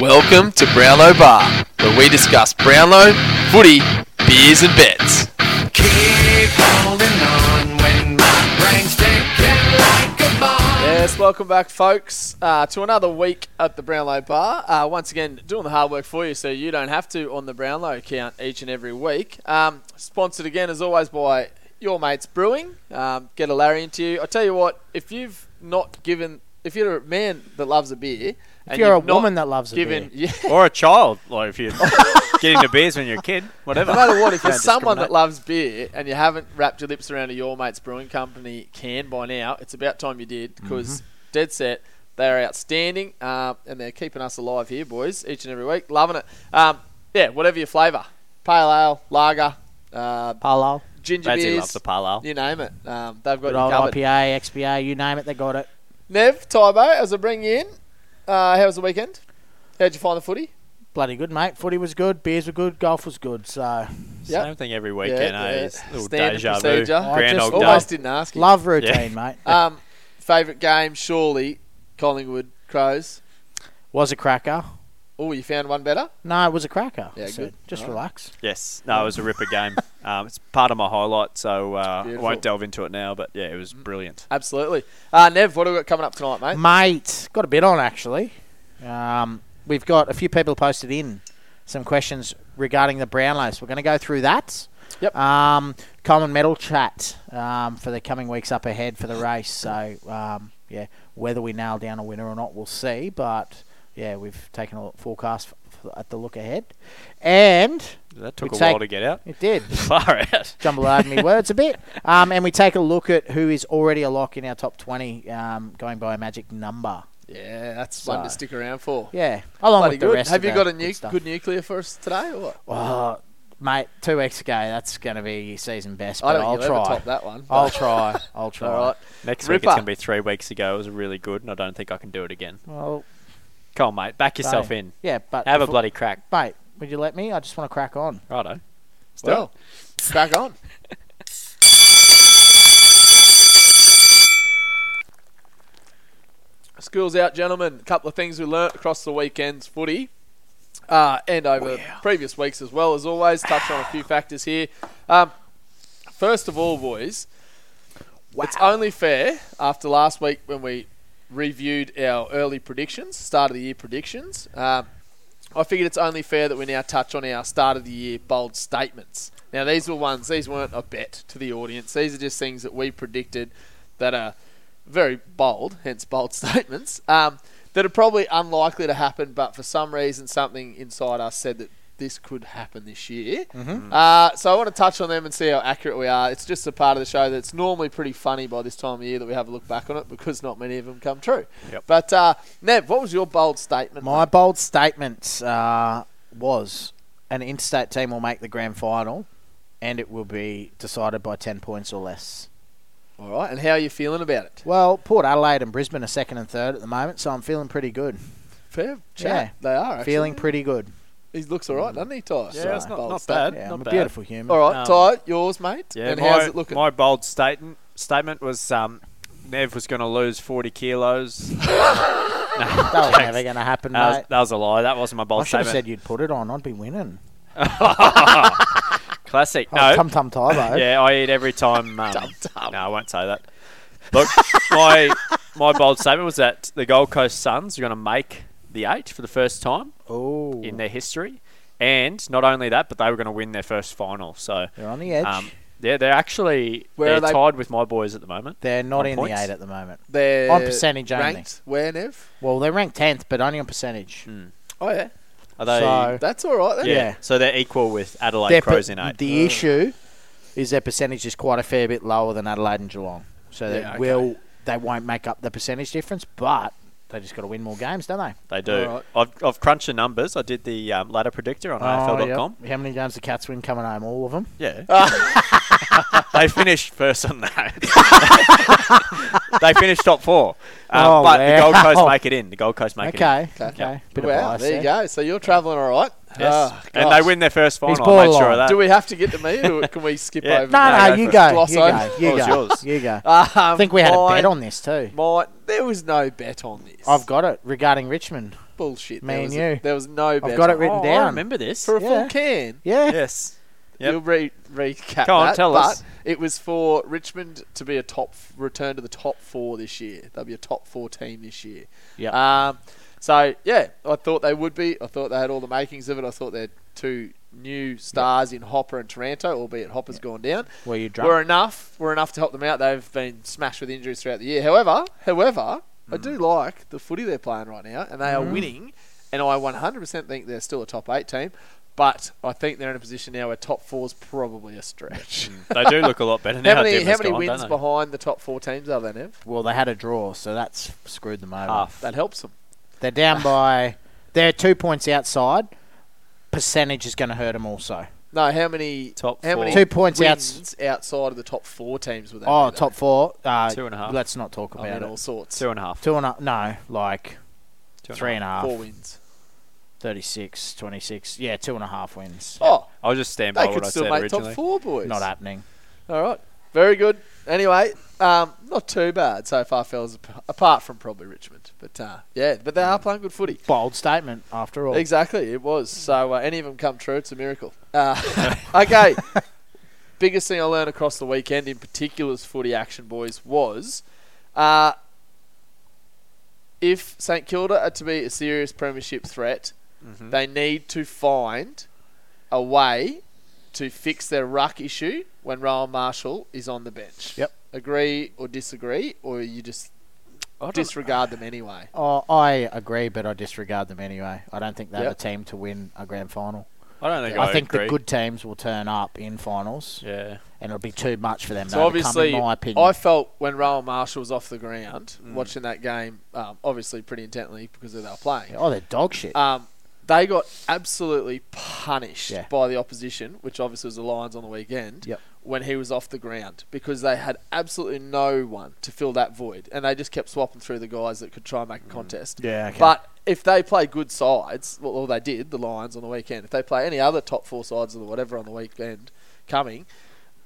Welcome to Brownlow Bar, where we discuss Brownlow, footy, beers, and bets. Keep holding on when my brain's ticking like a bomb. Yes, welcome back, folks, uh, to another week at the Brownlow Bar. Uh, once again, doing the hard work for you so you don't have to on the Brownlow account each and every week. Um, sponsored again, as always, by Your Mates Brewing. Um, get a Larry into you. I tell you what, if you've not given, if you're a man that loves a beer, and you're a you've not woman that loves a given, beer. yeah, or a child, like if you're getting the beers when you're a kid, whatever. No matter what, if you're Don't someone that discriminate. loves beer and you haven't wrapped your lips around a Your Mates Brewing Company can by now, it's about time you did Mm-hmm. because dead set. They are outstanding um, and they're keeping us alive here, boys, each and every week. Loving it. Um, yeah, whatever your flavour pale ale, lager, uh, Palo, ginger That's it, beers. loves the parlour. you name it. Um, they've got good you old covered. IPA, XPA, you name it, they got it. Nev, Tybo, as I bring you in, uh, how was the weekend? How'd you find the footy? Bloody good, mate. Footy was good, beers were good, golf was good. So Yep. Same thing every weekend, eh? yeah. It's a little Standard deja vu. procedure. I Grand just old Almost dust. didn't ask you. love routine, mate. Um, favorite game, surely Collingwood Crows. Was a cracker. Oh, you found one better. No, it was a cracker. Yeah, So good. Just All right. relax. Yes. No, it was a ripper game. Um, it's part of my highlight, so uh, I Beautiful. won't delve into it now, but yeah, it was brilliant. Absolutely. Uh, Nev, what have we got coming up tonight, mate? Uh, Mate, got a bit on actually. Um, we've got a few people posted in some questions regarding the Brownlow. So we're going to go through that. Yep. Um, common medal chat um, for the coming weeks up ahead for the race. So um, yeah, whether we nail down a winner or not, we'll see. But yeah, we've taken a look- forecast f- f- at the look ahead, and That took We a while take- to get out. it did Far out. jumble over me words a bit. Um, and we take a look at who is already a lock in our top twenty, um, going by a magic number. Yeah, that's one to So- stick around for. Yeah, along Bloody with the good. rest. Have of you our got a good new stuff. good, nuclear for us today? Or what? Oh, mate, two weeks ago. That's going to be season best. I But don't I'll think you'll ever try. top that one. I'll but- try. I'll try. All right. Next week, Ripper. it's going to be three weeks ago. It was really good, and I don't think I can do it again. Well, Come on, mate. Back yourself Same. in. yeah, but Have a if- bloody crack. mate. Would you let me? I just want to crack on. Righto. Let's do Well, crack on. School's out, gentlemen. A couple of things we learnt across the weekend's footy uh, and over previous weeks as well, as always. Touch on a few factors here. Um, first of all, boys, it's only fair after last week when we reviewed our early predictions, start of the year predictions. Um, I figured it's only fair that we now touch on our start of the year bold statements. Now, these were ones, these weren't a bet to the audience. These are just things that we predicted that are very bold, hence bold statements, um, that are probably unlikely to happen, but for some reason, something inside us said that this could happen this year. Uh, so I want to touch on them and see how accurate we are. It's just a part of the show that's normally pretty funny by this time of year that we have a look back on it because not many of them come true. Yep. But, uh, Nev, what was your bold statement? My bold statement uh, was an interstate team will make the grand final, and it will be decided by ten points or less. All right, and how are you feeling about it? Well, Port Adelaide and Brisbane are second and third at the moment, so I'm feeling pretty good. Fair chat. They are actually. Feeling pretty good. He looks all right, doesn't he, Ty? Yeah, So, it's not- bold not statement. bad. Yeah, Not I'm a beautiful human. All right, Um, Ty, yours, mate. Yeah, and my, how's it looking? my bold statement statement was um, Nev was going to lose 40 kilos. No, That was thanks. never going to happen, That was, mate. that was a lie. That wasn't my bold I should have statement. said you'd put it on. I'd be winning. Classic. Oh, No. Tum Tum Tybo. yeah, I eat every time. Um, Dum dum. No, I won't say that. Look, my my bold statement was that the Gold Coast Suns are going to make the eight for the first time Oh, in their history, and not only that, but they were going to win their first final. So, they're on the edge. um, yeah, they're actually Where are they're they- tied with my boys at the moment. they're not on in points? the eight at the moment. They're on percentage only. ranked where, Nev? Well, they're ranked tenth, but only on percentage. Hmm. Oh, yeah. Are they? So- That's all right, yeah, then. yeah. So they're equal with Adelaide Their per- Crows in eight. Hmm. the issue is their percentage is quite a fair bit lower than Adelaide and Geelong, so they Yeah, okay. will they won't make up the percentage difference, but they just got to win more games, don't they? they do. Alright. I've, I've crunched the numbers. I did the um, ladder predictor on Oh, AFL.com. Oh, How many games the Cats win coming home? All of them. Yeah. Uh, they finished first on that. they finished top four. Um, Oh, but the Gold Coast wow. make it in. The Gold Coast make it in. okay, okay, Okay. Bit well, of bias there you there. go. So you're travelling all right. Yes. Ah, and gosh. they win their first final. He's I made sure of borderline. that. Do we have to get to me, or can we skip Yeah. over? No, No, no, go you for go. it. Gloss You over. go. You What go. was yours? You go. that? Um, I think we had a mine, bet on this too. Mine, there was no bet on this. I've got it regarding Richmond. bullshit. Me there and was you. there was no bet. got it on written oh, I down. remember this. for a Yeah. full can. Yeah. yes. Yep. You'll re- recap Go on, that, tell but us. It was for Richmond to be a top return to the top four this year. They'll be a top four team this year. Yep. Um, so yeah, I thought they would be. I thought they had all the makings of it. I thought they had two new stars in Hopper and Taranto, albeit Hopper's gone down. Were you Were drunk? enough. Were enough to help them out. They've been smashed with injuries throughout the year. However, however, I Mm. do like the footy they're playing right now, and they are winning. And I 100% think they're still a top eight team. But I think they're in a position now where top four's probably a stretch. Mm. they do look a lot better now. how many, how Denver's many gone, wins don't they? behind the top four teams are they, Nev? Well, they had a draw, so that's screwed them over. Half. That helps them. They're down by. They're two points outside. Percentage is going to hurt them also. No, how many Top how many four. Two points outs- wins outside of the top four teams were they? Oh, top four. Uh, Two and a half. Let's not talk I about mean, it. all sorts. Two and a half. Two and a no, like Two and a three and a half, Four wins. 36, 26. Yeah, two and a half wins. Oh, half. I'll just stand by they what could I still said make originally. top four, boys. Not happening. All right. Very good. Anyway, um, not too bad so far, fellas, ap- apart from probably Richmond. But uh, yeah, but they are playing good footy. Bold statement after all. Exactly, it was. So uh, any of them come true, it's a miracle. Uh, okay. Biggest thing I learned across the weekend, in particular's footy action, boys, was uh, if St Kilda are to be a serious premiership threat, Mhm. they need to find a way to fix their ruck issue when Rowan Marshall is on the bench. Yep. Agree or disagree, or you just I don't- disregard them anyway. Oh, I agree, but I disregard them anyway. I don't think they have Yep. a team to win a grand final. I don't think I think agree. the good teams will turn up in finals, Yeah. and it'll be too much for them. So to obviously, overcome, in my opinion, Mm. I felt when Rowan Marshall was off the ground watching that game, um, obviously pretty intently because of they were playing. oh, they're dog shit. Um, they got absolutely punished Yeah. by the opposition, which obviously was the Lions on the weekend, Yep. when he was off the ground because they had absolutely no one to fill that void, and they just kept swapping through the guys that could try and make a contest. Mm. Yeah, okay. But if they play good sides, well, well, they did the Lions on the weekend. If they play any other top four sides or whatever on the weekend coming,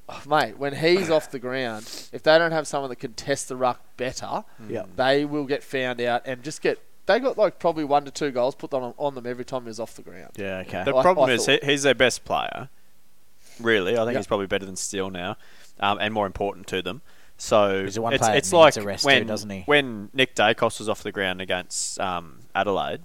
oh, mate, when he's off the ground, if they don't have someone that can test the ruck better, Yep. they will get found out and just get. They got like probably one to two goals put on on them every time he was off the ground. yeah, okay. The I- I problem is he, thought- he's their best player. Really, I think Yeah. he's probably better than Steele now, um, and more important to them. So He's the one it's, player that it's like needs a rest too, when doesn't he? when Nick Dacos was off the ground against um, Adelaide,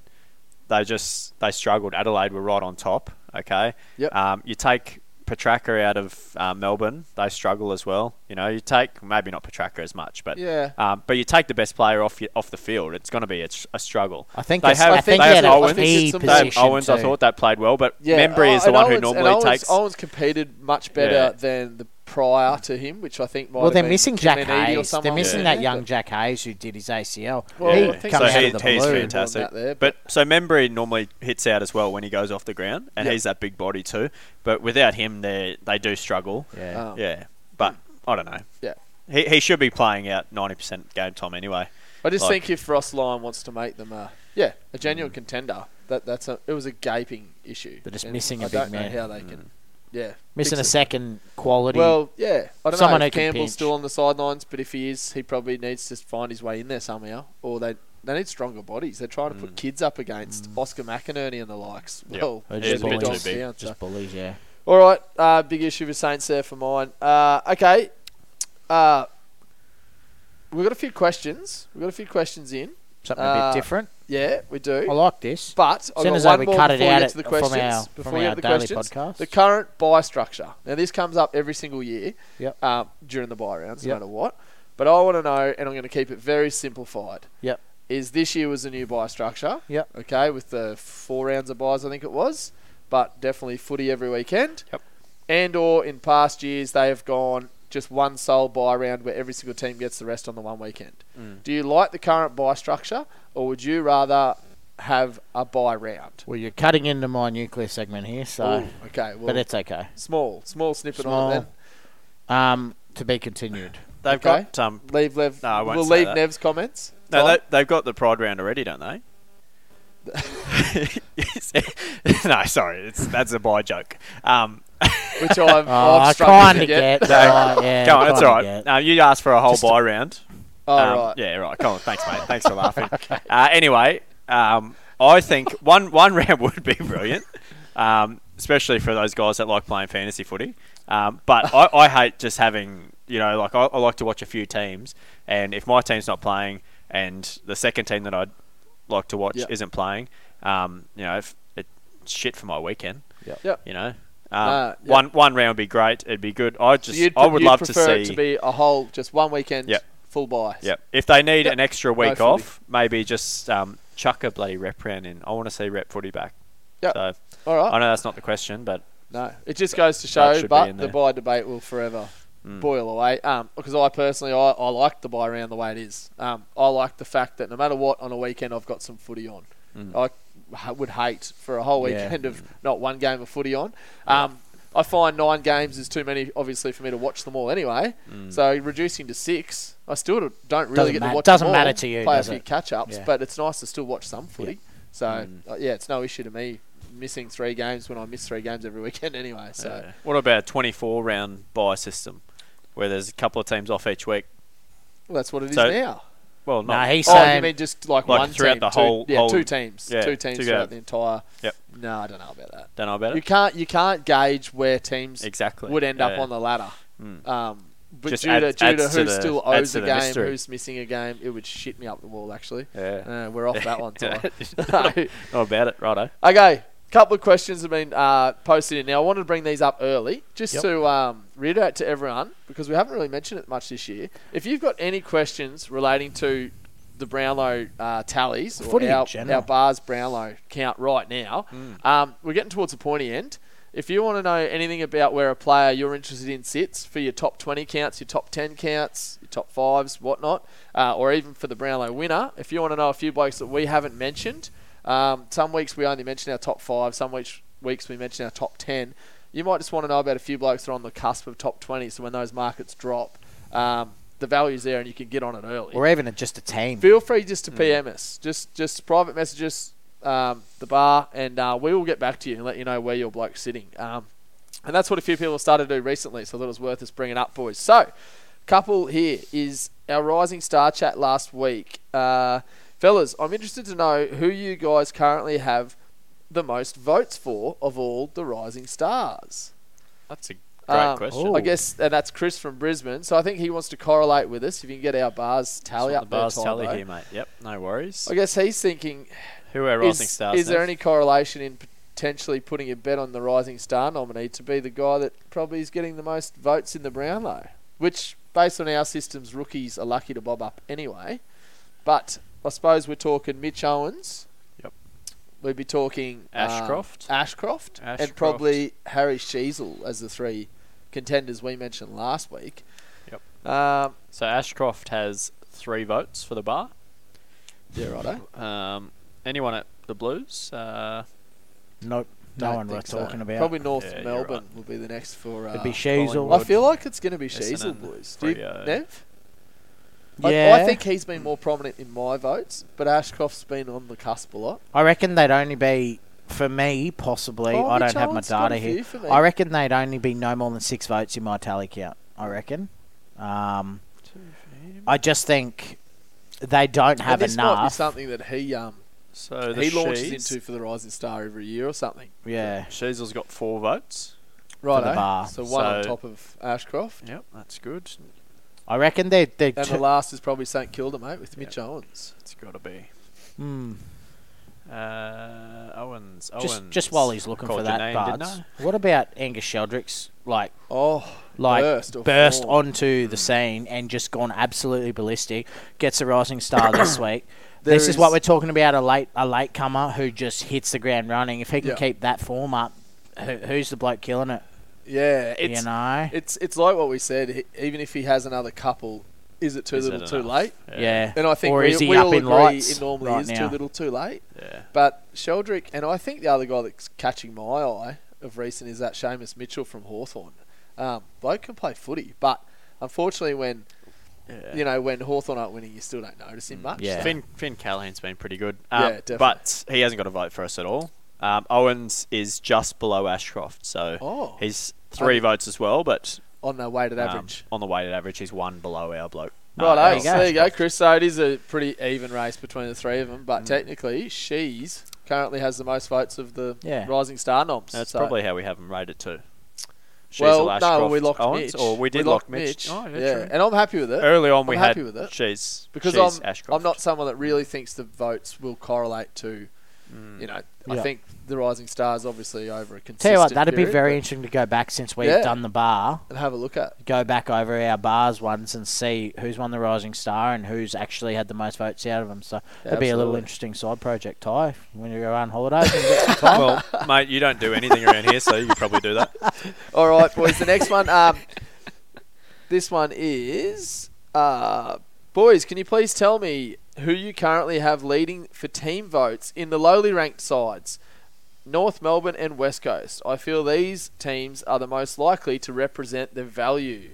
they just they struggled. Adelaide were right on top. Okay, Yep. um, you take Petraka out of uh, Melbourne, they struggle as well. You know, you take maybe not Petraka as much, but Yeah. um, but you take the best player off your, off the field, it's going to be a, tr- a struggle. I think they it's- have I think they he have had a Owens. key They Dave have position Owens, I too. thought that played well, but Membry oh, is the and one Owens- who and normally Owens- takes. Owens competed much better Yeah. than the prior to him, which I think might. Well, have they're been missing Jack Kimenidi or Hayes. They're someone missing like that young Jack Hayes who did his ACL. Well, he I think comes so out he, of the he's blue. fantastic. Out there, but so Membry normally hits out as well when he goes off the ground, and Yeah. he's that big body too. But without him, they they do struggle. Yeah. Um, Yeah, but I don't know. Yeah. He, he should be playing out ninety percent game time anyway. I just Like- Hmm. think if Ross Lyon wants to make them a yeah a genuine contender, that that's a it was a gaping issue. They're just And missing a I big don't man. Know how they Hmm. can, yeah, Missing a fix it. second quality. Well, yeah, I don't Someone know. who If can Campbell's pinch. still on the sidelines, but if he is, he probably needs to find his way in there somehow, or they. They need stronger bodies. They're trying to Hmm. put kids up against Oscar McInerney and the likes. Yep. Well, They're It they're is a bit big too dogs big. down, so- just bullies, yeah. all right, uh, big issue with Saints there for mine. Uh, okay, uh, we've got a few questions. We've got a few questions in. Something Uh, a bit different. Yeah, we do. I like this. But I've Soon got as one we more cut it before we out get at- to the from questions. our- before from we get our to the daily questions, podcast. the current buy structure. Now this comes up every single year Yep. um, during the buy rounds, no Yep. matter what. But I want to know, and I'm going to keep it very simplified. Yep. Is this year was a new buy structure? Yep. Okay, with the four rounds of buys, I think it was, but definitely footy every weekend. Yep. And or in past years they have gone just one sole buy round where every single team gets the rest on the one weekend. Mm. Do you like the current buy structure, or would you rather have a buy round? Well, you're cutting into my nuclear segment here, so. Ooh, okay, well, But it's okay. small, small snippet Small. on it. Um, to be continued. They've Okay. got um, Then leave Lev. No, I won't we'll say leave that. Nev's comments. no, Tom? they, they've got the pride round already, don't they? no, sorry, it's that's a buy joke. Um, which I'm, Oh, I'm I struggling kind to of get. get. No, oh, yeah, come on, it's kinda all right. get. Um, you asked for a whole buy round. All right. Um, Yeah, right. Come on. Thanks, mate. Thanks for laughing. uh, anyway, um, I think one one round would be brilliant, um, especially for those guys that like playing fantasy footy. Um, but I, I hate just having you know like I, I like to watch a few teams, and if my team's not playing and the second team that I'd like to watch Yep. isn't playing, um, you know, if it's shit for my weekend. Yep. You know. Um, Nah, yep. One one round would be great. It'd be good. I just Uh, you'd, I would you'd love to prefer see it to be a whole just one weekend Yep. full buy. yeah. If they need Yep. an extra week footy. off, maybe just um, chuck a bloody rep round in. I want to see rep footy back. Yep. Oh. So All right. I know that's not the question, but No, it just goes That to show, should be but in the there. buy debate will forever Hmm. Mm. boil away. Um, because I personally, I, I like the buy round the way it is. Um, I like the fact that no matter what, on a weekend I've got some footy on. I h- would hate for a whole Hmm. Yeah. Hmm. weekend of not one game of footy on. Um, I find nine games is too many, obviously, for me to watch them all anyway. So reducing to six, I still don't really Hmm. Doesn't get to matter- watch. doesn't them all, matter to you, Play does a few it? catch ups, Yeah. but it's nice to still watch some footy. So Hmm. uh, yeah, it's no issue to me missing three games when I miss three games every weekend anyway. So uh, what about a 24 round buy system where there's a couple of teams off each week? well, that's what it is So- now. Well, not. Nah, he's Oh, you saying mean just like, Like one throughout team, the two- whole- yeah, whole- two teams, yeah, two teams two games. throughout the entire. Yep. No, I don't know about that. don't know about You it. can't you can't gauge where teams Exactly. would end up Yeah. on the ladder. Mm. Um, but Just due, to, adds- due adds to to who the- still adds owes to a the game, mystery. who's missing a game, it would shit me up the wall. Actually, Yeah. uh, we're off that one. Ty. No. Not about it, righto. Okay, couple of questions have been uh, posted in. Now, I wanted to bring these up early just Yep. to um, read out to everyone because we haven't really mentioned it much this year. If you've got any questions relating to the Brownlow uh, tallies or Footy in our, general. Hmm. our bars Brownlow count right now, um, we're getting towards the pointy end. If you want to know anything about where a player you're interested in sits for your top 20 counts, your top 10 counts, your top fives, whatnot, uh, or even for the Brownlow winner, if you want to know a few blokes that we haven't mentioned, um, some weeks we only mention our top five, some weeks, weeks we mention our top 10. You might just want to know about a few blokes that are on the cusp of top 20, so when those markets drop, um, the value's there and you can get on it early or even just a team. feel free just to Mm. PM us, just just private message us, um, the bar, and uh, we will get back to you and let you know where your bloke's sitting. Um, and that's what a few people have started to do recently, so I thought it was worth us bringing up, boys. So, couple here is our rising star chat last week, uh, fellas. I'm interested to know who you guys currently have the most votes for of all the rising stars. That's a great Um, question. oh. I guess, and that's Chris from Brisbane. So I think he wants to correlate with us. If you can get our bars tally It's on up, the bars there, tally Tybo. here, mate. Yep, no worries. I guess he's thinking, Who are is, rising stars? is there next? any correlation in potentially putting a bet on the Rising Star nominee to be the guy that probably is getting the most votes in the Brownlow? Which, based on our systems, rookies are lucky to bob up anyway. But I suppose we're talking Mitch Owens. Yep. We'd be talking um, Ashcroft? Ashcroft, and Ashcroft. probably Harry Sheasel as the three contenders we mentioned last week. Yep. Um, So Ashcroft has three votes for the bar. yeah, righto. Um, anyone at the Blues? Uh, Nope, no Don't one we're think so. talking about. Probably North Yeah, you're Melbourne right. will be the next for. Uh, It'd be Sheasel. Ah, Collingwood. I feel like it's going to be Essendon, Sheasel, boys. Do you, Freo. Nev? I- Yeah, I, think he's been more prominent in my votes, but Ashcroft's been on the cusp a lot. I reckon they'd only be for me possibly. Oh, I don't Mitch have my Owen's got data a few here. for me. I reckon they'd only be no more than six votes in my tally count. I reckon. Um, I just think they don't And have this might be enough. something that he um so the he launches Shees- into for the Rising Star every year or something. Yeah, Sheasel's got four votes. Right, bar. so one on So- top of Ashcroft, Yep, that's good. I reckon they they. and the last is probably St Kilda, mate, with Mitch Owens. It's got to be. mm, Uh, Owens. just Owens. just while he's looking Called for your that, name, Bards, didn't I? what about Angus Sheldrick's like Oh, like burst, or Hmm. burst form. onto the scene and just gone absolutely ballistic. Gets a rising star this week. There this is, is- what we're talking about a late a late comer who just hits the ground running. If he can Yeah. keep that form up, who, who's the bloke killing it? Yeah, it's you know, it's it's like what we said. he- Even if he has another couple, is it too Is it little, too enough? late? Yeah. yeah. And I think or we, is he we up all in agree lights it normally right is now? too little, too late. Yeah. But Sheldrick, and I think the other guy that's catching my eye of recent is that Seamus Mitchell from Hawthorn. Um, bloke can play footy, but unfortunately, when You know, when Hawthorn aren't winning, you still don't notice him much. Mm, Yeah. Finn Finn Callahan's been pretty good. Yeah, Um, definitely. But he hasn't got a vote for us at all. Um, Owens is just below Ashcroft, so Oh. he's three votes as well, but On their weighted um, average. on the weighted average, he's one below our bloke. oh, Right, Uh, there you, go. there you go, Chris. So it is a pretty even race between the three of them, Mm. but technically, she's currently has the most votes of the Yeah. Rising Star noms. That's so- probably how we have him rated too. She's well, the last no, Croft we locked Owens, Mitch, or we did locked lock Mitch. Oh, yeah, true. and I'm happy with it. Early on, we I'm had happy with it. she's because she's I'm Ashcroft. I'm not someone that really thinks the votes will correlate to, Mm. you know, I Yeah. think the Rising Stars obviously over a consistent. Tell you what, that'd be period, very but- interesting to go back since we've Yeah. done the bar. and have a look at. Go back over our bars ones and see who's won the Rising Star and who's actually had the most votes out of them. So that'd be a little absolutely. interesting side project, Ty, when you go on holidays. and get some time. well, mate, you don't do anything around here, so you could probably do that. All right, boys. The next one. Um, this one is, uh, boys. Can you please tell me who you currently have leading for team votes in the lowly ranked sides, North Melbourne and West Coast? I feel these teams are the most likely to represent their value.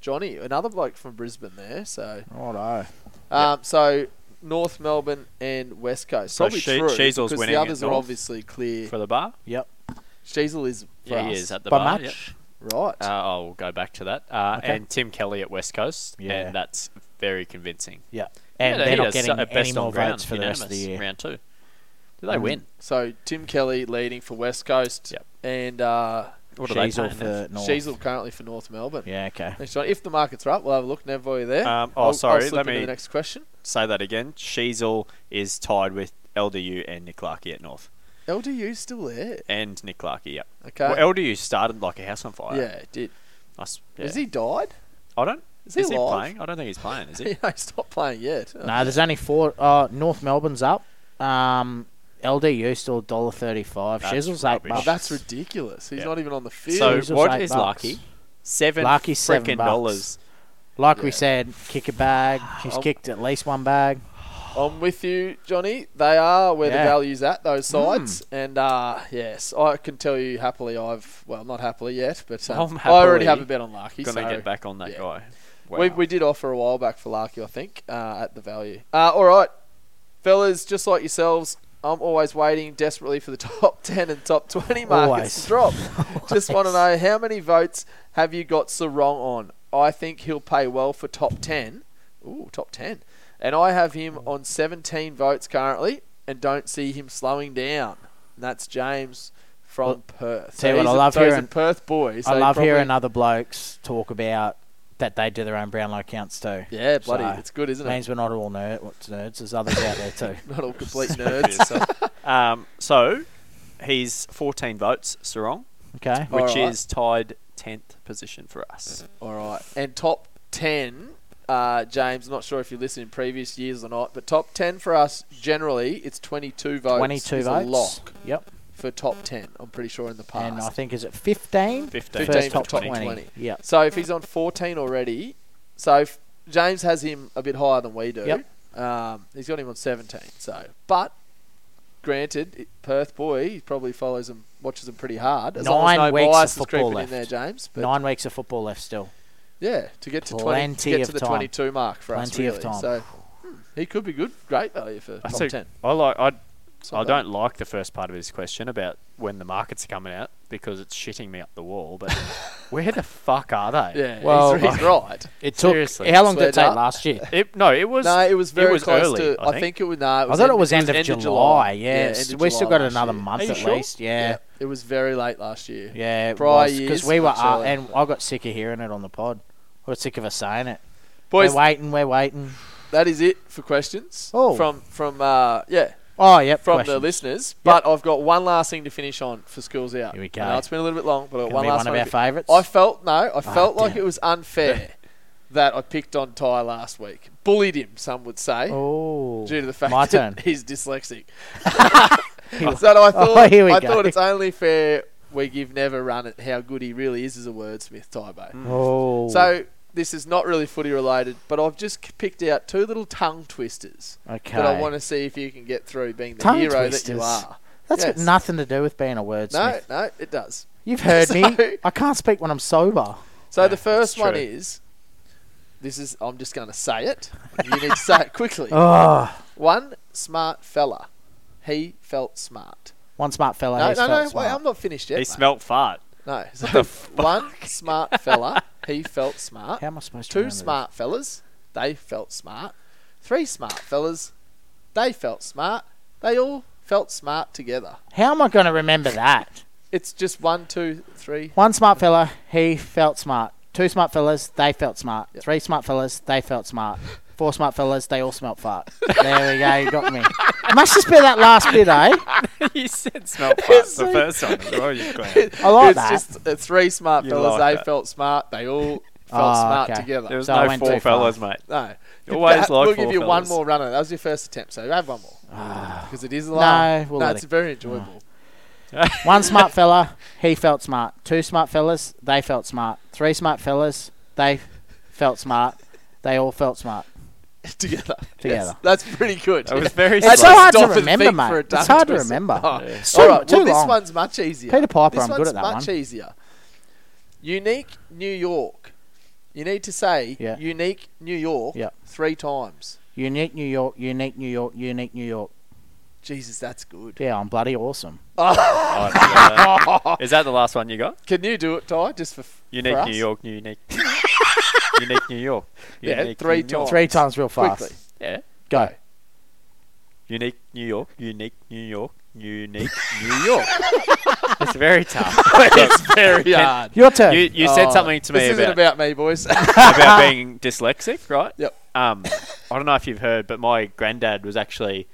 Johnny, another bloke from Brisbane there. So, Righto. um, so North Melbourne and West Coast. So Probably She- true Sheezel's because winning the at others are North? obviously clear. For the bar? Yep. Sheezel is for Yeah, he us. is at the By bar. much. yep. right. Uh, I'll go back to that. Uh, Okay. And Tim Kelly at West Coast, Yeah. and that's very convincing. Yeah. Yeah, And they're he not does getting a any on more ground, votes for the rest of the unanimous, year. Mm. Round two. Did they win? So Tim Kelly leading for West Coast, Yep. and uh, What are they She's all paying now? for North. Sheasel currently for North Melbourne. Yeah, okay. Next one. If the markets are up, we'll have a look. Nevoy there. Um, oh, I'll- I'll sorry, slip let into me- the next question. Say that again. Sheasel is tied with LDU and Nick Larkey at North. LDU still there? And Nick Larkey, yep. Okay. Well, LDU started like a house on fire. yeah, it did. I s- yeah. Has he died? I don't. is Is, he he, alive? playing? I don't think he's playing. Is he? he stopped playing yet. No, there's only four. Uh, North Melbourne's up. Um, LDU still dollar thirty-five. That's Shizzle's eight rubbish. Oh, bucks. that's ridiculous. He's Yeah. not even on the So field. Sheasel's what eight is bucks. Larkey? Seven Larkey's seven frickin' bucks. dollars. like yeah. we said, kick a bag. She's I'm- kicked at least one bag. I'm with you, Johnny. They are where the Yeah. value's at, those Hmm. sides. And uh, yes, I can tell you happily I've, well, not happily yet, but um, I'm I happily already have a bet on Larky. Gonna so get back on that yeah. guy. We, Wow. we did offer a while back for Larky, I think, uh, at the value. Uh, all right, fellas, just like yourselves, I'm always waiting desperately for the top 10 and top 20 markets to drop. just want to know how many votes have you got Sarong on? I think he'll pay well for top 10. Ooh, top 10. And I have him on 17 votes currently and don't see him slowing down. And that's James from Well, Perth. tell you what, he's I a- love so he's a hearing- Perth boy. so I he love probably- hearing uh, other blokes talk about that they do their own Brownlow counts too. Yeah, bloody, So, it's good, isn't it? Means we're not all ner- nerds. There's others out there too. Not all complete For nerds. yourself. um, so he's 14 votes, Sarong, Okay. which Alright. Mm-hmm. is tied 10th position for us. All right. And top 10, uh, James, not sure if you listened in previous years or not, but top 10 for us generally, it's 22 votes. Twenty-two is votes. A lock Yep. for top 10, I'm pretty sure in the past. And I think is it fifteen? 15. First 15 top for top 20. 20. Yep. So if he's on 14 already, so if James has him a bit higher than we do. Yep. Um, he's got him on 17. So, but granted, it- Perth boy, he probably follows him, watches him pretty hard. As long as Nine no weeks of bias is football creeping in left. there, James. But Nine weeks of football left still. Yeah, to get to twenty, to Plenty get of to the time. twenty-two mark for us. Plenty of really. time. So hmm, he could be good, great value for I top see- ten. I like. I, It's I not don't like the first part of his question about when the markets are coming out because it's shitting me up the wall. But where the fuck are they? bad. Yeah, Well, he's, he's right. It took. Seriously. How long did Swear it take to- last year? It, no, it was. No, it was very was close early, to. I I think. think it was. No, it I was thought end- it was end, end of July. Yeah, end so of we've still July got last another year. month Are you at sure? least. Yeah, It was very late last year. yeah. it Prior was because years, we were much uh, earlier. and I got sick of hearing it on the pod. I got sick of us saying it. Boys, we're waiting. We're waiting. that is it for questions. Oh. from from uh, yeah, Oh, yep. from question. the listeners. But I've got one last thing to finish on for schools out. Here we go. I know it's been a little bit long, but I've got Gonna one be last one one of to- our favourites. I felt no, I felt like Ah, damn. it was unfair that I picked on Ty last week. Bullied him, some would say. oh, due to the fact my that turn. he's dyslexic. so I thought Oh, here we I go. thought it's only fair we give Never Run at how good he really is as a wordsmith, Tybo. Oh, So this is not really footy related, but I've just c- picked out two little tongue twisters okay. that I want to see if you can get through being the Tongue hero that you twisters? are. That's yes. got nothing to do with being a wordsmith. No, no, it does. You've heard So- me. I can't speak when I'm sober. So the first one true. is This is. I'm just going to say it. You need to say it quickly. Oh, One smart fella. He felt smart. one smart fella. No, he's no, felt no. Wait, smart. I'm not finished yet. He mate. smelt fart. No. So one smart fella. He felt smart. How am I supposed to Two remember this? smart fellas, they felt smart. Three smart fellas, they felt smart. They all felt smart together. How am I going to remember that? It's just one, two, three. One smart fella, he felt smart. Two smart fellas, they felt smart. Yep. Three smart fellas, they felt smart. Four smart fellas, they all smelt fart. There we go, you got me. Must just be that last bit, eh? you said smelt fart the first time. Oh, you glad. I like it's that. just uh, three smart You fellas, like they that. felt smart. They all felt Oh, smart okay. There together. was So I no went four too fellas, mate. No. always like That- We'll four give you one fellas. more runner. That was your first attempt, so have one more. Because it is a No, laugh. we'll no let it's it- very enjoyable. One smart fella, he felt smart. Two smart fellas, they felt smart. Three smart fellas, they felt smart. They all felt smart. together. Together. Yes, that's pretty good. It was very It's so slow. hard to Stop and remember, think for a mate. It's dumb hard to twist. remember. Oh. So- All right, too well, this long. one's much easier. Peter Piper, this I'm one's good at that one. much easier. Unique New York. You need to say Yeah. unique New York Yeah. three times. Unique New York, unique New York, unique New York. Jesus, that's good. Yeah, I'm bloody awesome. Oh, I don't know. uh, Is that the last one you got? Can you do it, Ty? Just for f- Unique for New us? York, unique. unique New York. Yeah, Unique three New York. times. Three times real fast. Quickly. Yeah. Go. Unique New York, unique New York, unique New York. it's very tough. it's very Yard. Your turn. You, you said Oh, something to me This isn't about, about me, boys. about being dyslexic, right? Yep. Um, I don't know if you've heard, but my granddad was actually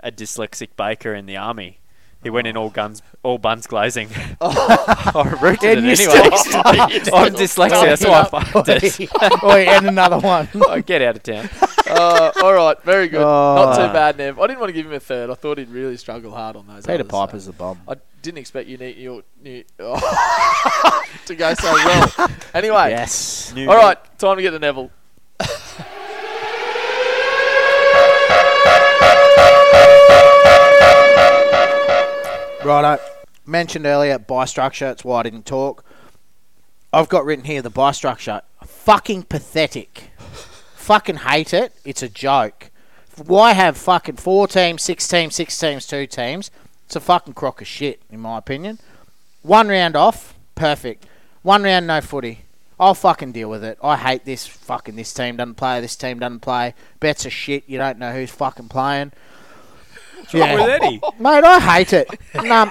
a dyslexic baker in the army. He went in all guns, all buns glazing. I rooted And it you anyway. I'm dyslexic, that's why I fucked it. Oi, and another one. Oh, get out of town. Uh, all right, very good. Oh. Not too bad, Nev. I didn't want to give him a third. I thought he'd really struggle hard on those. Peter others, so- Piper's the bomb. I didn't expect unique New York New- oh, to go so well. Anyway, Yes. New All York. right, time to get to Neville. Righto. Mentioned earlier, buy structure. That's why I didn't talk. I've got written here the buy structure. Fucking pathetic. fucking hate it. It's a joke. Why have fucking four teams, six teams, six teams, two teams? It's a fucking crock of shit, in my opinion. One round off, perfect. One round, no footy. I'll fucking deal with it. I hate this. Fucking this team doesn't play. This team doesn't play. Bets are shit. You don't know who's fucking playing. Wrong with Eddie. Mate, I hate it. And, um,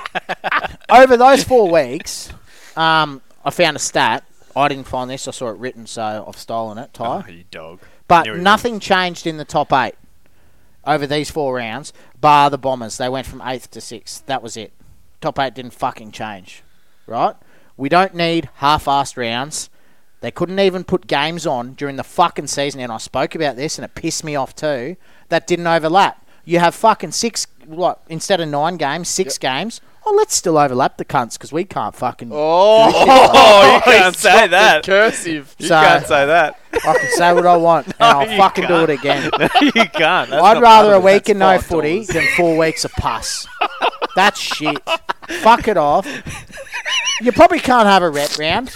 over those four weeks, um, I found a stat. I didn't find this. I saw it written, so I've stolen it, Ty. Oh, you dog. Knew but he nothing changed in the top eight over these four rounds, bar the Bombers. They went from eighth to sixth. That was it. Top eight didn't fucking change, right? We don't need half-assed rounds. They couldn't even put games on during the fucking season, and I spoke about this, and it pissed me off too. That didn't overlap. You have fucking six, what instead of nine games, six games. Oh, let's still overlap the cunts because we can't fucking. Oh, Oh, you can't say that. cursive. You So- can't say that. I can say what I want, and I'll you fucking can't. do it again. you can't. That's I'd not rather a part of it. week of no That's footy $5. than four weeks of pus. That's shit. Fuck it off. You probably can't have a ret round.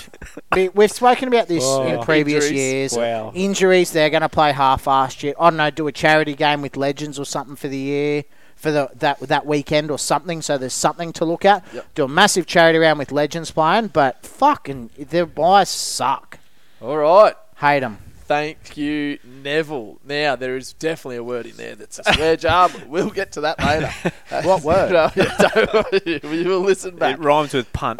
We- We've spoken about this in previous Injuries. years. Oh, Wow. Injuries, they're going to play half-assed shit. I don't know, do a charity game with legends or something for the year, for the that that weekend or something. So there's something to look at. Yep. Do a massive charity round with legends playing, but fucking their buys suck. All right. Hate them. Thank you, Neville. Now there is definitely a word in there that's a swear jar. But we'll get to that later. What word? word? we will listen back. It rhymes with punt.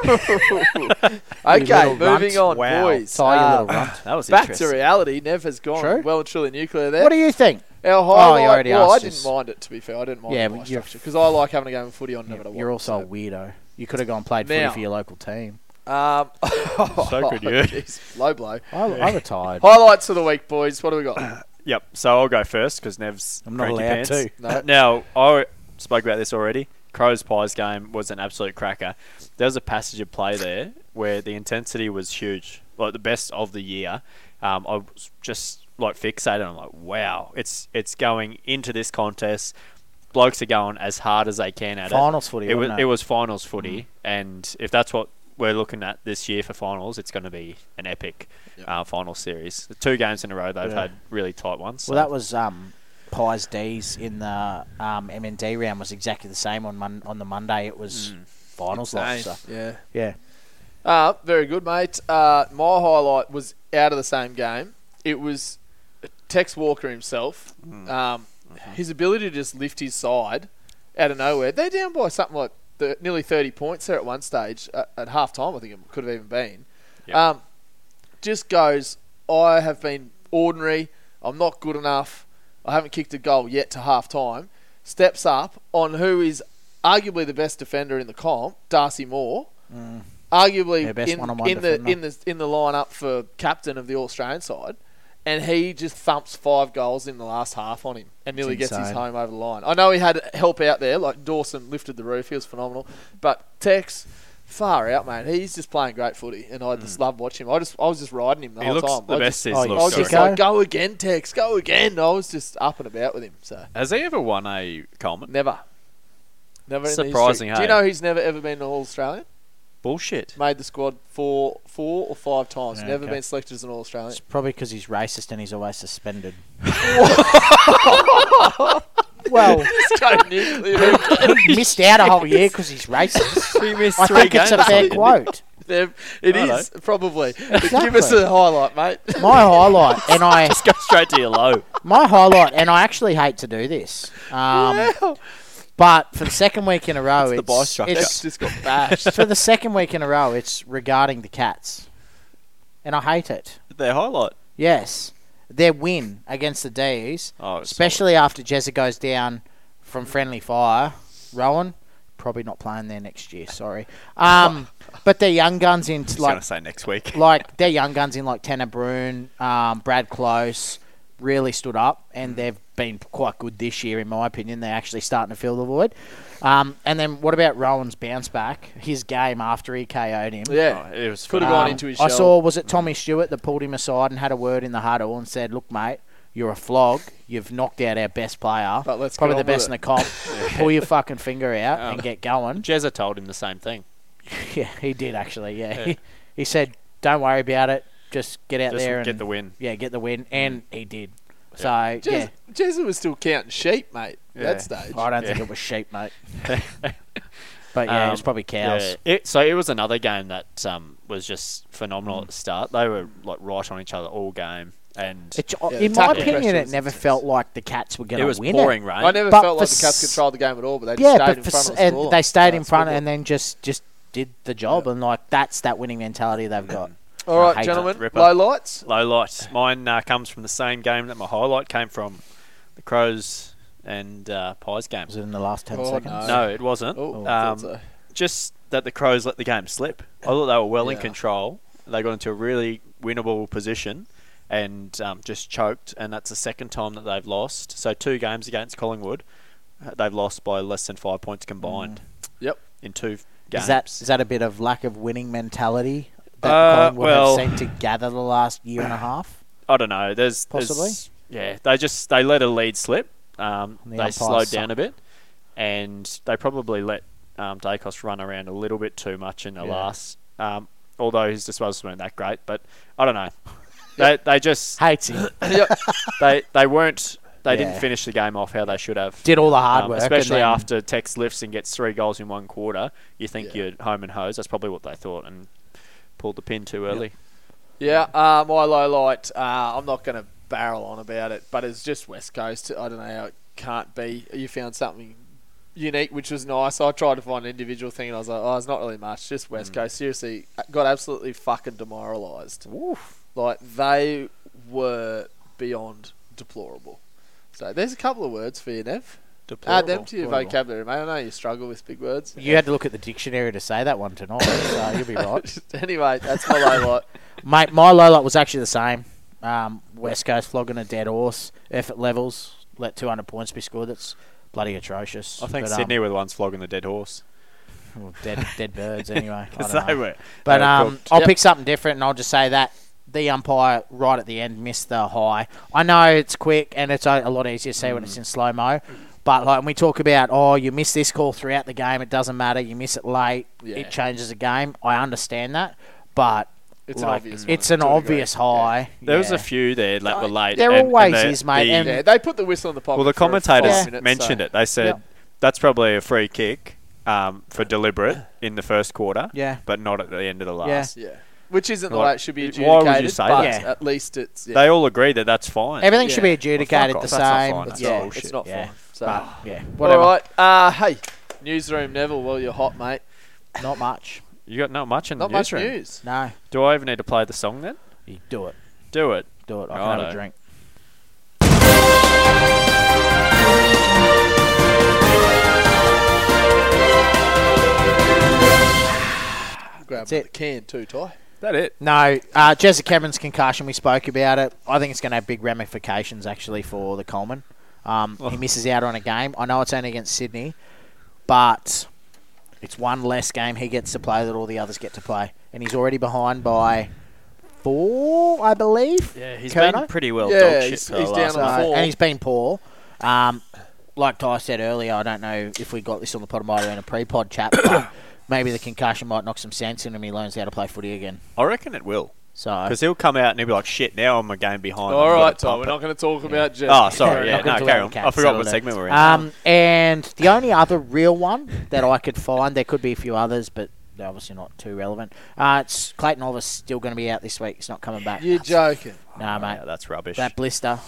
okay, little moving runt. on, Wow. boys. Tie your Uh, little runt. that was back to interesting. reality. Nev has gone True. well and truly nuclear there. What do you think? Our Oh, highlight. you already well, I asked didn't us. mind it. To be fair, I didn't mind Yeah, the but buy you're- structure because I like having a game of footy on no matter what. You're also a weirdo. You could have gone and played footy Now- for your local team. um, oh, So good, yeah. jeez, low blow. I, I retired. Highlights of the week, boys. What do we got? Yep. So I'll go first because Nev's I'm not cranky pants. allowed to. No. Now I spoke about this already. Crows Pies game was an absolute cracker. There was a passage of play there where the intensity was huge, like the best of the year. Um, I was just like fixated. I'm like, wow, it's it's going into this contest. Blokes are going as hard as they can at it. Finals footy, It was wasn't it? it was finals footy, and if that's what we're looking at this year for finals, it's going to be an epic Yep. uh, final series. The two games in a row they've Yeah. had really tight ones. Well, that was um, Pies D's in the um, MND round was exactly the same on mon- on the Monday. It was Hmm. finals loss. So, Yeah. yeah, Uh, very good, mate. Uh, my highlight was out of the same game. It was Tex Walker himself. Um, His ability to just lift his side out of nowhere. They're down by something like th- nearly 30 points there at one stage, at, at half time, I think it could have even been. Yep. Um, just goes, I have been ordinary. I'm not good enough. I haven't kicked a goal yet to half time. Steps up on who is arguably the best defender in the comp, Darcy Moore arguably Their Mm. best in, one-on-one in the defender. in the in the lineup for captain of the All Australian side, and he just thumps five goals in the last half on him, and nearly gets his insane. home over the line. I know he had help out there, like Dawson lifted the roof; he was phenomenal. But Tex, far out, man. He's just playing great footy, and I just love watching him. I just I was just riding him the he whole looks time. the I best. Just, he's Hmm. oh, looked, I was Sorry. just so- Go. like, go again, Tex, go again. I was just up and about with him. So Has he ever won a Coleman? never. Never in the history. Surprising, Do hey? you know he's never ever been an All Australian? Bullshit. made the squad four, four or five times. Yeah, Never okay. been selected as an All Australian. it's probably because he's racist and he's always suspended. well, he missed out a whole year because he's racist. He missed I three think it's games. a fair quote. It Righto. is probably. But Give us a highlight, mate. My highlight, and I Just go straight to your low. my highlight, and I actually hate to do this. Um, Wow. But for the second week in a row, the it's, buy structure. It's just it's- got bashed. for the second week in a row, it's regarding the Cats, and I hate it. Their highlight. Yes, their win against the D's, Oh, it's especially after Jezza goes down from friendly fire. Rowan probably not playing there next year. Sorry, um, but their young guns in I was like gonna say next week. like their young guns in like Tanner Brune, um, Brad Close really stood up Mm. and they've been quite good this year in my opinion. They're actually starting to fill the void. Um, and then what about Rowan's bounce back? His game after he KO'd him. Yeah. Oh, it was Could have phenomenal. gone Um, into his I shell. saw was it Tommy Stewart that pulled him aside and had a word in the huddle and said, "Look, mate, you're a flog. You've knocked out our best player, But let's get probably on the with best it." in the comp. Pull your fucking finger out and get going." Jezza told him the same thing. Yeah, he did actually. Yeah, Yeah. He, he said, "Don't worry about it. Just get out Just there get and the win. yeah, get the win." And he did. So yeah, Jez, Jezza was still counting sheep, mate. at That stage. I don't think Yeah. it was sheep, mate. but yeah, it was Um, probably cows. Yeah. It, so it was another game that um, was just phenomenal at the start. They were like right on each other all game, and it, It, Yeah, in the my tackle opinion, pressure it was never intense. felt like the cats were going to was win pouring it. rain. I never But felt like for the Cats s- controlled the game at all, but they just Yeah, stayed but in for, front s- of the and scoreline. they stayed in That's front good. and then just just did the job, and like that's that winning mentality they've got. All I right, hate gentlemen. that ripper. Low lights. low light. Mine uh, comes from the same game that my highlight came from, the Crows and uh, Pies game. Was it in the last ten Oh, seconds? no. No, it wasn't. Oh, I um, thought so. Just that the Crows let the game slip. I thought they were well in Yeah. control. They got into a really winnable position and um, just choked. And that's the second time that they've lost. So two games against Collingwood, uh, they've lost by less than five points combined Yep. in two f- games. Is that is that a bit of lack of winning mentality that Uh, Collingwood well- have seemed to gather the last year and a half? I don't know. There's there's- Possibly. yeah, they just they let a lead slip. Um, And they the umpires slowed suck. down a bit, and they probably let um, Dacos run around a little bit too much in the Yeah. last. Um, although his disposals weren't that great, but I don't know. They they just Hates him. Yep. they they weren't. They Yeah. didn't finish the game off how they should have. Did all the hard Um, work, and especially then- after Tex lifts and gets three goals in one quarter. You think Yeah. you're home and hose. That's probably what they thought and pulled the pin too early. Yeah, uh, my low light. Uh, I'm not going to barrel on about it, but it's just West Coast. I don't know how it can't be. You found something unique, which was nice. I tried to find an individual thing, and I was like, oh, it's not really much. Just West Mm. Coast. Seriously, uh, got absolutely fucking demoralised. Like they were beyond deplorable. So there's a couple of words for you, Nev. Add them to your Deplorable. vocabulary, mate. I know you struggle with big words. You had to look at the dictionary to say that one tonight, so you'll be right. anyway, that's my low light. Mate, my low light was actually the same. Um, West Coast flogging a dead horse, effort levels, let 200 points be scored. That's bloody atrocious. I think But, um, Sydney were the ones flogging the dead horse. well, dead, dead birds, anyway. I 'Cause don't they know. were. But uh, they were um, cooked. I'll Yep. pick something different, and I'll just say that the umpire Mm. right at the end missed the high. I know it's quick and it's a a lot easier to see when it's in slow mo, But like when we talk about, oh, you miss this call throughout the game, it doesn't matter. You miss it late, Yeah. it changes the game. I understand that, but It's an like, obvious it's one an to a degree. obvious high. There was Yeah. a few there that Uh, were late. There and- and always the- is, mate, the- and- Yeah, they put the whistle on the pocket. well, the for five commentators Yeah. minutes, mentioned so- it. They said Yep. that's probably a free kick um, for deliberate in the first quarter, Yeah. but not at the end of the Yeah. last. Yeah, which isn't the Like, way it should be adjudicated. why would you say but that? At least it's yeah, They all agreed that that's fine. Everything Yeah. should be Well, adjudicated Well, the fuck off. That's same. not fine. That's yeah, not it's bullshit. not yeah. fine. So But, yeah, all whatever. right, uh, hey, newsroom Neville. Well, you're hot, mate. Not much. You got not much in Not the much Mm, newsroom. news. No, Do I even need to play the song then? you do it. Do it. Do it. I can have Righto. a drink. Grab That's another it. can too, Ty. That it. No, uh, Jezza Cameron's concussion. We spoke about it. I think it's going to have big ramifications actually for the Coleman. Um, Oh. He misses out on a game. I know it's only against Sydney, but it's one less game he gets to play that all the others get to play, and he's already behind by four, I believe. Yeah, he's Kerno? been pretty well Yeah, dog shit he's- for the he's last down on night. the So, Four. and he's been poor. Um, like Ty said earlier, I don't know if we got this on the pod, it might have been a pre-pod chat, but maybe the concussion might knock some sense in him. He learns how to play footy again. I reckon it will. So Because he'll come out and he'll be like, shit, now I'm a game behind. All I've gotta right, Ty. pump We're it." not going to talk about Jess. Oh, sorry. We're Yeah, no, not gonna carry do on. it. I forgot what Saturday. segment we're in. Um, and the only other real one that I could find, there could be a few others, but they're obviously not too relevant. Uh, it's Clayton Oliver's still going to be out this week. He's not coming back. You're joking. no, mate. Oh, yeah, that's rubbish. That blister.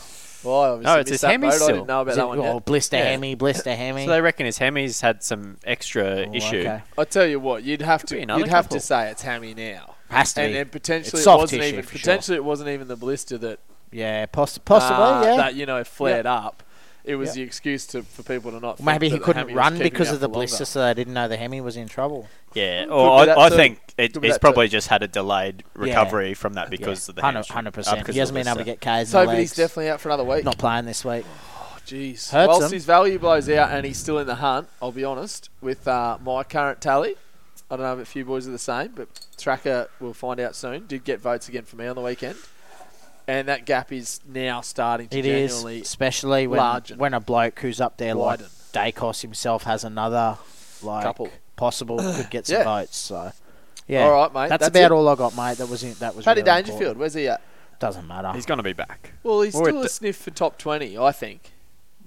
Well, I obviously No, it's missed his that hammy boat. I still. didn't know about Is it- that one. oh, yet. blister Yeah. hammy, blister hammy. so they reckon his Hemi's had some extra Oh, issue. okay. I tell you what, you'd have Could to be you'd another have to couple. say it's hammy now, Has to and be. then potentially It's it soft wasn't tissue even for sure. potentially it wasn't even the blister that Yeah, poss- possibly, uh, yeah. that you know flared up. It was Yep. the excuse to for people to not. Well, Maybe think he that the couldn't hammy was run keeping because him of out the for longer. blister, so they didn't know the hemi was in trouble. Yeah, be or that I, I too. think it, Could be it's that probably just had a delayed recovery from that Yeah, because of the 100 hamstring. 100%. Uh, because he of hasn't the been able to blister. get K's. So, in the but he's legs. definitely out for another week. not playing this week. Jeez. Hurts Whilst him. his value blows out and he's still in the hunt, I'll be honest, with uh, my current tally, I don't know if a few boys are the same, but Tracker, we'll find out soon, did get votes again for me on the weekend. And that gap is now starting to It is, genuinely especially when large and when a bloke who's up there widen. like Dacos himself has another like Couple. possible could get some Yeah. votes. So yeah, All right, mate, That's, that's about it. all I got, mate. That was in, that was Paddy really Dangerfield, important. where's he at? Doesn't matter. uh, He's going to be back. Well, he's We're still at a the- sniff for top 20, I think.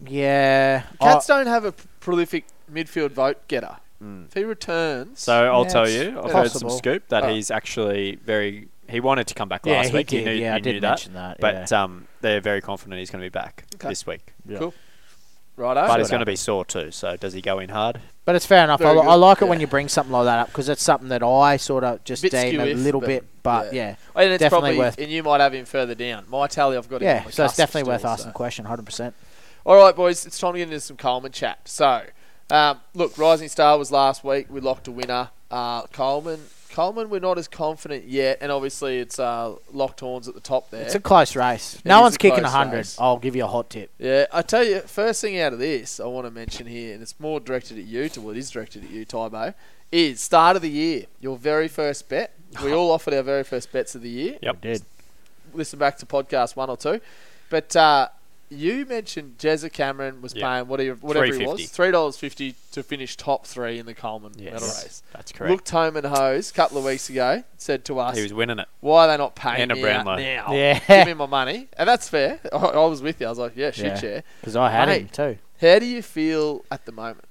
yeah, Cats don't have a p- prolific midfield vote getter. Mm. If he returns, So I'll Yeah, tell it's you, I've heard some possible. scoop that Oh. he's actually very. He wanted to come back yeah, last he week. did. You knew, yeah, you I did knew that, mention that. yeah. but um, they're very confident he's going to be back Okay. this week. Yeah. cool. Righto. But Sure he's going to enough. be sore too. So does he go in hard? But it's fair enough. I, Very li- I good. like it when Yeah. you bring something like that up because it's something that I sort of just Bit deem a skew-if, little but- bit. But yeah. yeah, and it's definitely probably, worth- and you might have him further down. My tally, I've got him. on yeah. the So it's cusp definitely worth still, asking so. the question. Hundred percent. All right, boys, it's time to get into some Coleman chat. So, um, look, Rising Star was last week. We locked a winner. Uh, Coleman, Coleman, we're not as confident yet, and obviously it's uh, locked horns at the top there. It's a close race. It is no one's a kicking close hundred. race. I'll give you a hot tip. yeah, I tell you, first thing out of this I want to mention here, and it's more directed at you, to well, it is directed at you, Tybo, is start of the year, your very first bet. We all offered our very first bets of the year. Yep. Did listen back to podcast one or two. But uh, you mentioned Jezza Cameron was Yeah. paying whatever, whatever he was $3.50. three dollars fifty to finish top three in the Coleman Yes. medal race. That's correct. Looked home and hose a couple of weeks ago. Said to us, he was winning it. "Why are they not paying And a me Brownlow. out now? Yeah. Give me my money." And that's fair. I, I was with you. I was like, "Yeah, shit, yeah. Yeah. because I had him Mate. too. How do you feel at the moment?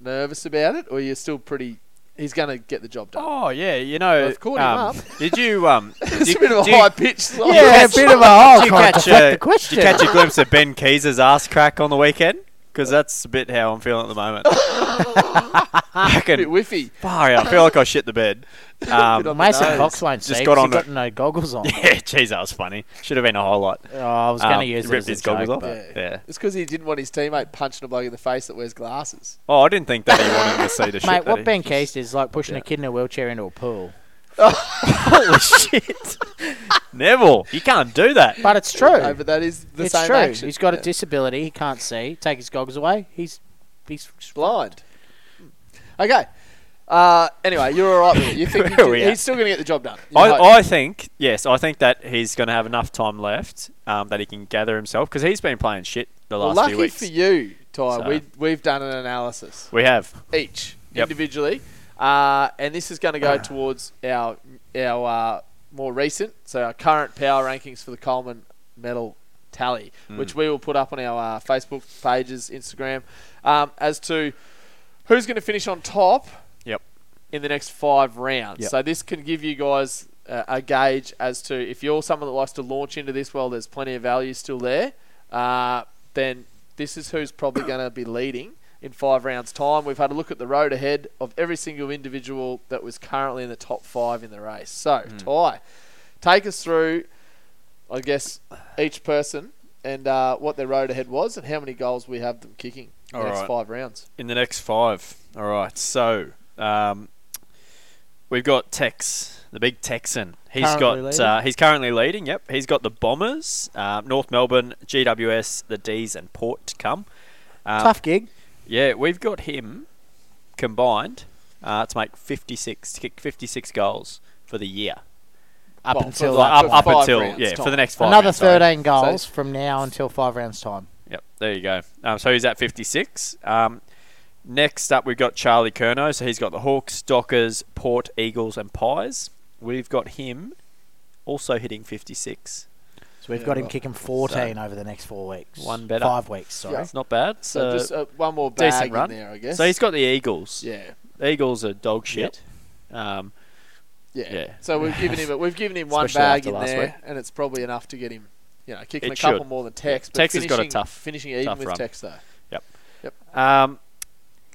Nervous about it, or you're still pretty? He's going to get the job done. Oh yeah, you know. I've caught him um, up. Did you? Um, it's did- a bit of a did you- high pitch. Yeah, a bit of a oh, Did you God, catch deflect a, the question. Did you catch a glimpse of Ben Keys' ass crack on the weekend? Because that's a bit how I'm feeling at the moment. I a bit can, whiffy. far out. I feel like I shit the bed. on Um, the Mason nose. Cox won't Just see. got 'cause on he got it. no goggles on. yeah, geez, that was funny. Should have been a highlight. Oh, I was going to Um, use it ripped as a his goggles joke, off. but- Yeah. Yeah. It's because he didn't want his teammate punching a bloke in the face that wears glasses. Oh, I didn't think that he wanted to see the shit. Mate, that what he- Ben Keys did is like pushing Yeah. a kid in a wheelchair into a pool. Holy shit, Neville, you can't do that. But it's true. No, but that is the it's same true. action. He's got Yeah. a disability. He can't see. Take his goggles away. He's he's blind. Hmm. Okay. Uh, anyway, you're all right with it. You think he Where are can- we he's at? still going to get the job done? You I, hope. I think yes, I think that he's going to have enough time left um, that he can gather himself because he's been playing shit the Well, last lucky few weeks. for you, Ty, So- we, we've done an analysis We have. each Yep. individually, uh, and this is going to go towards our our uh, more recent, so our current power rankings for the Coleman Medal tally, which we will put up on our uh, Facebook pages, Instagram, um, as to who's going to finish on top Yep. in the next five rounds. Yep. So this can give you guys uh, a gauge as to if you're someone that likes to launch into this. Well, there's plenty of value still there. Uh, then this is who's probably going to be leading in five rounds' time. We've had a look at the road ahead of every single individual that was currently in the top five in the race. So Hmm. Ty, take us through, I guess, each person. And uh, what their road ahead was, and how many goals we have them kicking in the All next right. five rounds. In the next five. All right. So um, we've got Tex, the big Texan. He's Currently got. leading. Uh, he's currently leading. Yep. He's got the Bombers, uh, North Melbourne, GWS, the D's, and Port to come. Um, Tough gig. Yeah, we've got him combined uh, to make 56, to kick 56 goals for the year. Up Well, until for that. like- up, up five until rounds yeah, time. for the next five. another rounds, sorry. 13 goals So- from now until five rounds time. Yep, there you go. Um, so he's at 56. Um, next up, we've got Charlie Kerno. So he's got the Hawks, Dockers, Port, Eagles, and Pies. We've got him also hitting 56. So we've Yeah, got him well, kicking 14 over the next four weeks. One better. Five weeks, sorry. Yeah. It's not bad. It's, So uh, just uh, one more bag decent in run. there, I guess. so he's got the Eagles. yeah, Eagles are dog shit. Um, yeah, Yeah. So we've given him we've given him one Especially bag after in last there, week. and it's probably enough to get him, you know, kicking It a couple should. more than Tex. But Tex has got a finishing- tough- finishing even tough with run. Tex though. Um,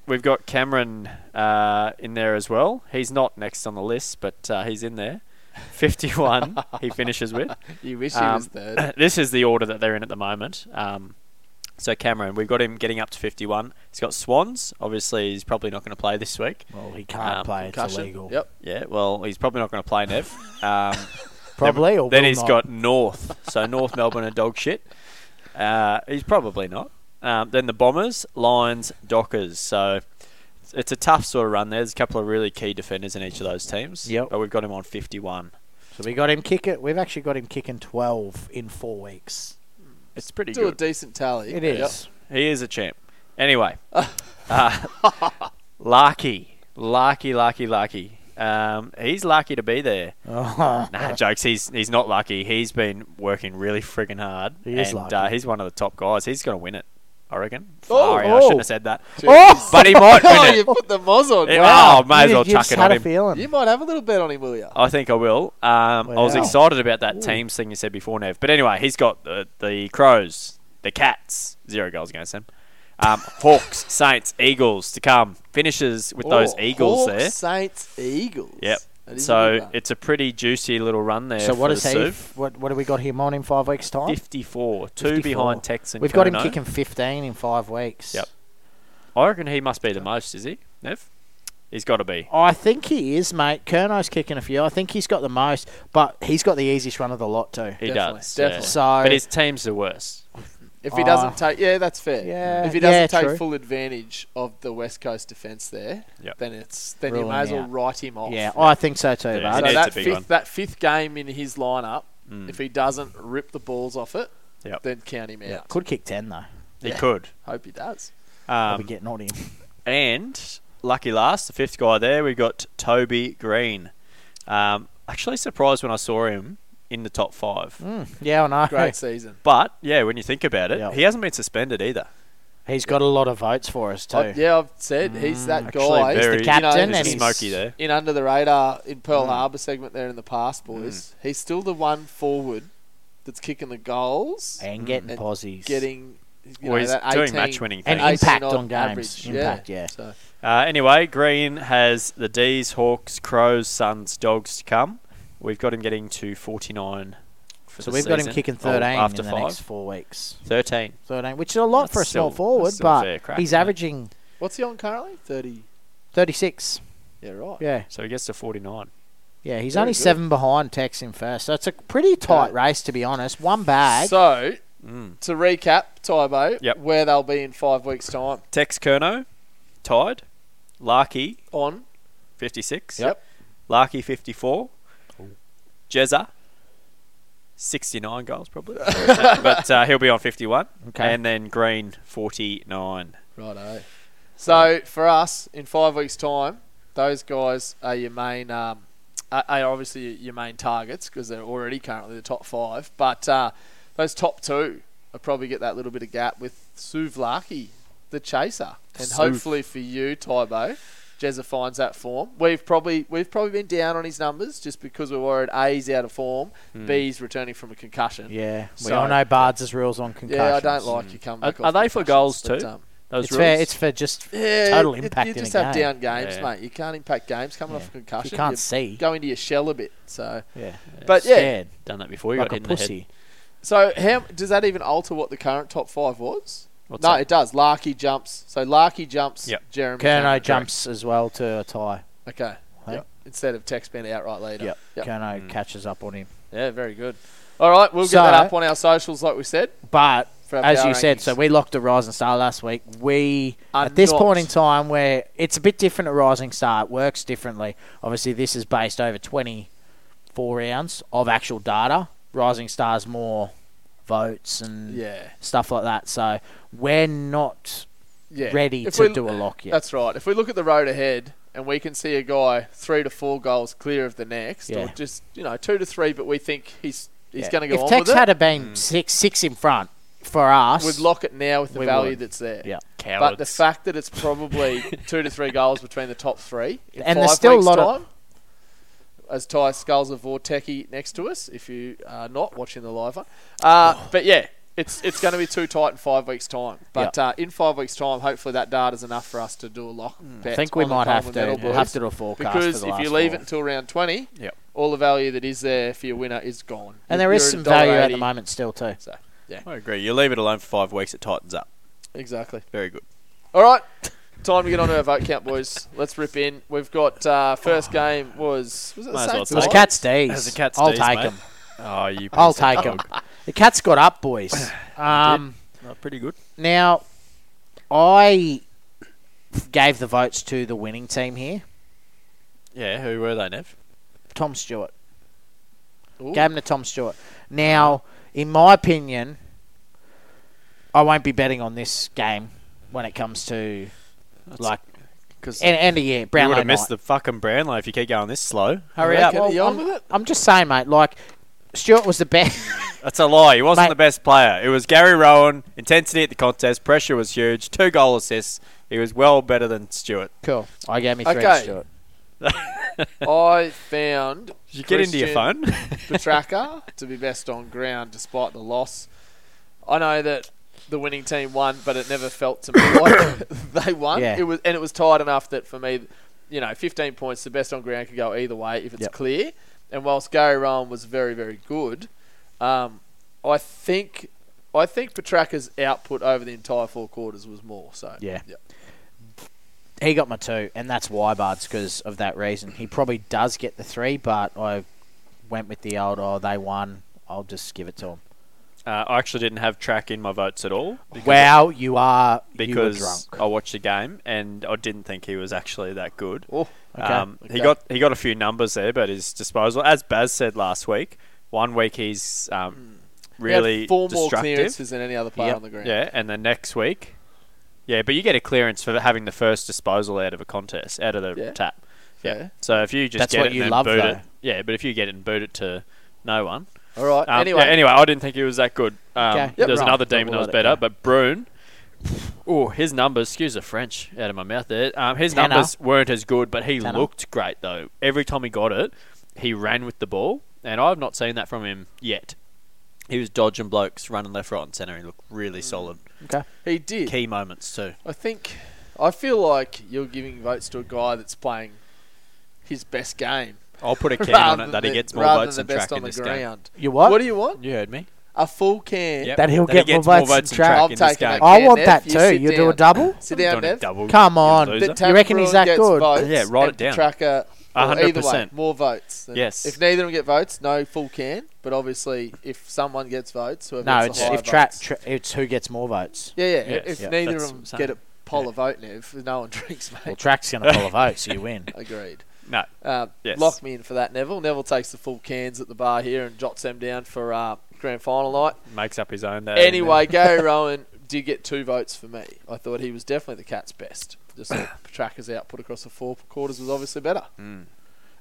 we've got Cameron uh, in there as well. He's not next on the list, but uh, he's in there. 51 he finishes with. You wish he Um, was third. this is the order that they're in at the moment. Um, so Cameron, we've got him getting up to 51. He's got Swans. Obviously, he's probably not going to play this week. Well, he can't Um, play. It's Concussion. illegal. Yep. Yeah, well, he's probably not going to play Nev. Um, Probably, or then will he's not. got North. So North Melbourne are dog shit. Uh, he's probably not. Um, then the Bombers, Lions, Dockers. So it's- it's a tough sort of run there. There's a couple of really key defenders in each of those teams. Yep. But we've got him on 51. So we got him kick it. We've actually got him kicking 12 in four weeks. It's pretty Still a good. decent tally. It Yep. is. He is a champ. Anyway, uh, Larky, Larky, Larky, Larky. Um, he's lucky to be there. Oh. Nah, jokes. He's he's not lucky. He's been working really friggin' hard. He is and lucky. Uh, he's one of the top guys. He's gonna win it. I reckon. Oh, Sorry, I shouldn't oh. have said that. Jeez. But he might Oh, win you it. oh! put the moz on. Yeah, Wow. oh, may as You- well you chuck just it had on a him. feeling. You might have a little bet on him, will you? I think I will. Um, I was Wow. excited about that teams thing you said before, Nev. But anyway, he's got the, the Crows, the Cats, zero goals against them. Um, Hawks, Saints, Eagles to come. Finishes with those Oh, Eagles Hawks, there. Saints, Eagles. That Yep. is a good So one. it's a pretty juicy little run there. So what for is the he? Suv. What what do we got him on in five weeks time? 54, two 54. behind Tex and We've got him Kono. kicking 15 in five weeks. Yep. I reckon he must be the most, is he, Nev? He's got to be. I think he is, mate. Kerno's kicking a few. I think he's got the most, but he's got the easiest run of the lot too. He Definitely, does. definitely. yeah. So- but his team's the worst. If he Ah. doesn't take, yeah, that's fair. Yeah, If he doesn't yeah, take true. full advantage of the West Coast defence there, Yep. then it's then Rule you may him as well out. write him off. Yeah, I think so too, Yeah, bud. he So needs that a big fifth one. Mm. that fifth game in his lineup, if he doesn't rip the balls off it, Yep. then count him out. Could kick 10 though. He Yeah. could. Hope he does. I'll Um, be getting on him. And lucky last, the fifth guy there, we got Toby Green. Um, actually surprised when I saw him in the top five. Mm, yeah, I know. Great season. But yeah, when you think about it, Yep. he hasn't been suspended either. He's got a lot of votes for us too. I- yeah, I've said he's that Mm. Actually, guy. very the captain you know, and he's he's- smoky there. Mm. in under the radar in Pearl Harbor segment there in the past, boys. He's still the one forward that's kicking the goals, And getting And posies. getting you Well, know, he's that doing 18 match-winning And things. 18 impact odd on games. average. Impact, yeah. So, Uh, anyway, Green has the D's, Hawks, Crows, Suns, Dogs to come. We've got him getting to 49 for So the we've got him season. kicking Oh, 13 after in the five. next four weeks. 13. 13, which is a lot for a That's small still- forward, that's still a fair but crack, he's isn't it? averaging what's he on currently? Thirty. 36. Yeah, right. Yeah, So he gets to 49. yeah. He's Very only good. seven behind Tex in first, so it's a pretty tight Uh, Okay. race to be honest. One bag. So Mm. to recap, Tybo, Yep. where they'll be in five weeks' time Tex Kerno, tied. Larky, on 56. Yep. Larky 54. Jezza 69 goals probably. but uh, he'll be on 51. Okay. And then Green 49. Righto. So for us, in five weeks' time, those guys are your main, um, are are obviously your main targets because they're already currently the top five. But uh, those top two will probably get that little bit of gap with Suvlaki, the chaser, and Suv. hopefully for you, Tybo. Jezza finds that form. We've probably we've probably been down on his numbers just because we're worried A he's out of form, B he's returning from a concussion. Yeah, we So- all know Bards' rules on concussions. Yeah, I don't like you coming. Are- back are off they for concussions, goals but, too? um, Those It's rules. fair. It's for just yeah, total it- it- impact You in just a have game. down games, Yeah. mate. You can't impact games coming Yeah. off concussion. you can't see. Go into your shell a bit. So, Yeah, but yeah. Scared, Done that before. You like got a hit in the head. pussy. So how does that even alter what the current top five was? What's no, that? it does. Larky jumps. So Larky jumps. Yep. Jeremy. Kerno Cameron. jumps as well to a tie. Okay. Hey? Yep. Instead of text being outright leader. Yep. Yep. Kerno catches up on him. Yeah. Very good. All right, we'll get So- that up on our socials, like we said. But For our as power you said, rankings. so we locked a Rising Star last week. We Are at this not- point in time where it's a bit different at Rising Star, it works differently. Obviously, this is based over twenty four rounds of actual data. Rising Star's more votes and Yeah. stuff like that. So we're not Yeah. ready If to we- do a lock yet. That's right. If we look at the road ahead and we can see a guy three to four goals clear of the next, or Yeah. just you know two to three, but we think he's he's Yeah. going to go if on Tex with had it. a Hmm. been six six in front for us, We'd lock it now with the We value would. that's there. yeah. But the fact that it's probably two to three goals between the top three in And five there's still a weeks' lot of- time, as Ty skulls of Vortecki next to us, if you are not watching the live one. Uh, Oh. But yeah, it's it's going to be too tight in five weeks' time. But uh, in five weeks' time, hopefully that data's enough for us to do a lock. Hmm. I bet think we on the might have Coleman to Medal we'll Boys. have to do a forecast for Because the if last you leave four. it until round 20, Yep. all the value that is there for your winner is gone. and there is You're some a dollar value at the eighty. moment still too. So, I agree. You leave it alone for five weeks, it tightens up. exactly. Very good. All right, time to get on to our vote count, boys. Let's rip in. We've got uh, first game was was it the Might as well Saints It was Right. and Cat As a Steve's. cat's I'll tease, take mate. him. Oh, you. I'll piece of take him. dog. The Cats got up, boys. Um, Oh, pretty good. now, I gave the votes to the winning team here. Yeah, who were they, Nev? Tom Stewart. Ooh. Gave him to Tom Stewart. Now, in my opinion, I won't be betting on this game when it comes to like Because end, end of year you Brownlow would have night. missed the fucking Brownlow if you keep going this slow. Hurry You up! reckon? Are you Well, on I'm, with it? I'm just saying, mate. Like Stewart was the best. That's a lie. He wasn't Mate. the best player. It was Gary Rowan. Intensity at the contest. Pressure was huge. Two goal assists. He was well better than Stewart. cool. I gave me three to Okay. Stewart. I found Did you get into your phone? Petraka to be best on ground despite the loss. I know that the winning team won, but it never felt to me like they won. Yeah. It was and it was tight enough that for me, you know, 15 points, the best on ground could go either way if it's Yep. clear. And whilst Gary Rowan was very very good, um, I think. I think Petraka's output over the entire four quarters was more. So Yeah. He got my two, and that's why Bards because of that reason. He probably does get the three, but I went with the old. Oh, they won. I'll just give it to him. Uh, I actually didn't have track in my votes at all. because- Wow, you are you were Because drunk. I watched the game and I didn't think he was actually that good. Oh, Okay. Um, Okay. He got he got a few numbers there, but his disposal, as Baz said last week, one week he's Hmm. um, he had really four more destructive. clearances than any other player Yep. on the ground. yeah, and then next week, yeah, but you get a clearance for having the first disposal out of a contest, out of the Yeah. tap. Yeah. So if you just That's get what it you and love, then boot though. it, yeah, but if you get it and boot it to no one, All right. um, anyway, yeah, anyway, I didn't think he was that good. Um, Okay. Yep. There's Right. another demon We'll that was let it better, go. but Brune. Oh, his numbers. Excuse the French out of my mouth there. Um, his Tanner. numbers weren't as good, but he Tanner. looked great though. Every time he got it, he ran with the ball, and I've not seen that from him yet. He was dodging blokes, running left, right, and centre. He looked Mm. really solid. okay. he did. Key moments too. I think I feel like you're giving votes to a guy that's playing his best game I'll put a can on rather it than that he the- gets more rather votes than than the best track on in the this game. ground. You what? What do you want? You heard me. A full can. Yep. That he'll he get more gets votes than than track. track I'm in this taking game. that. I Yeah, want Nev, that you too. sit You do a down. double. Sit down, Doing a Nev. double, Come you on. loser. That Tapp You reckon he's Brewin that gets good? Votes Yeah, write and it down. Petraka, A well, hundred either way, percent. more votes. than- Yes. If neither of them get votes, no full can. But obviously, if someone gets votes, whoever No, gets it's the higher if tra- votes- tra- it's who gets more votes. yeah, yeah. Yes. If Yeah, neither that's of what them I'm get a saying. poll Yeah. of vote, Nev, no one drinks, Well, mate. Track's going to pull a vote, so you win. Agreed. No. Uh, Yes. Lock me in for that, Neville. Neville takes the full cans at the bar here and jots them down for uh, grand final night. Makes up his own. uh, There Anyway, Gary Rowan did get two votes for me. I thought he was definitely the cat's best. Just the tracker's output across the four quarters was obviously better. Mm.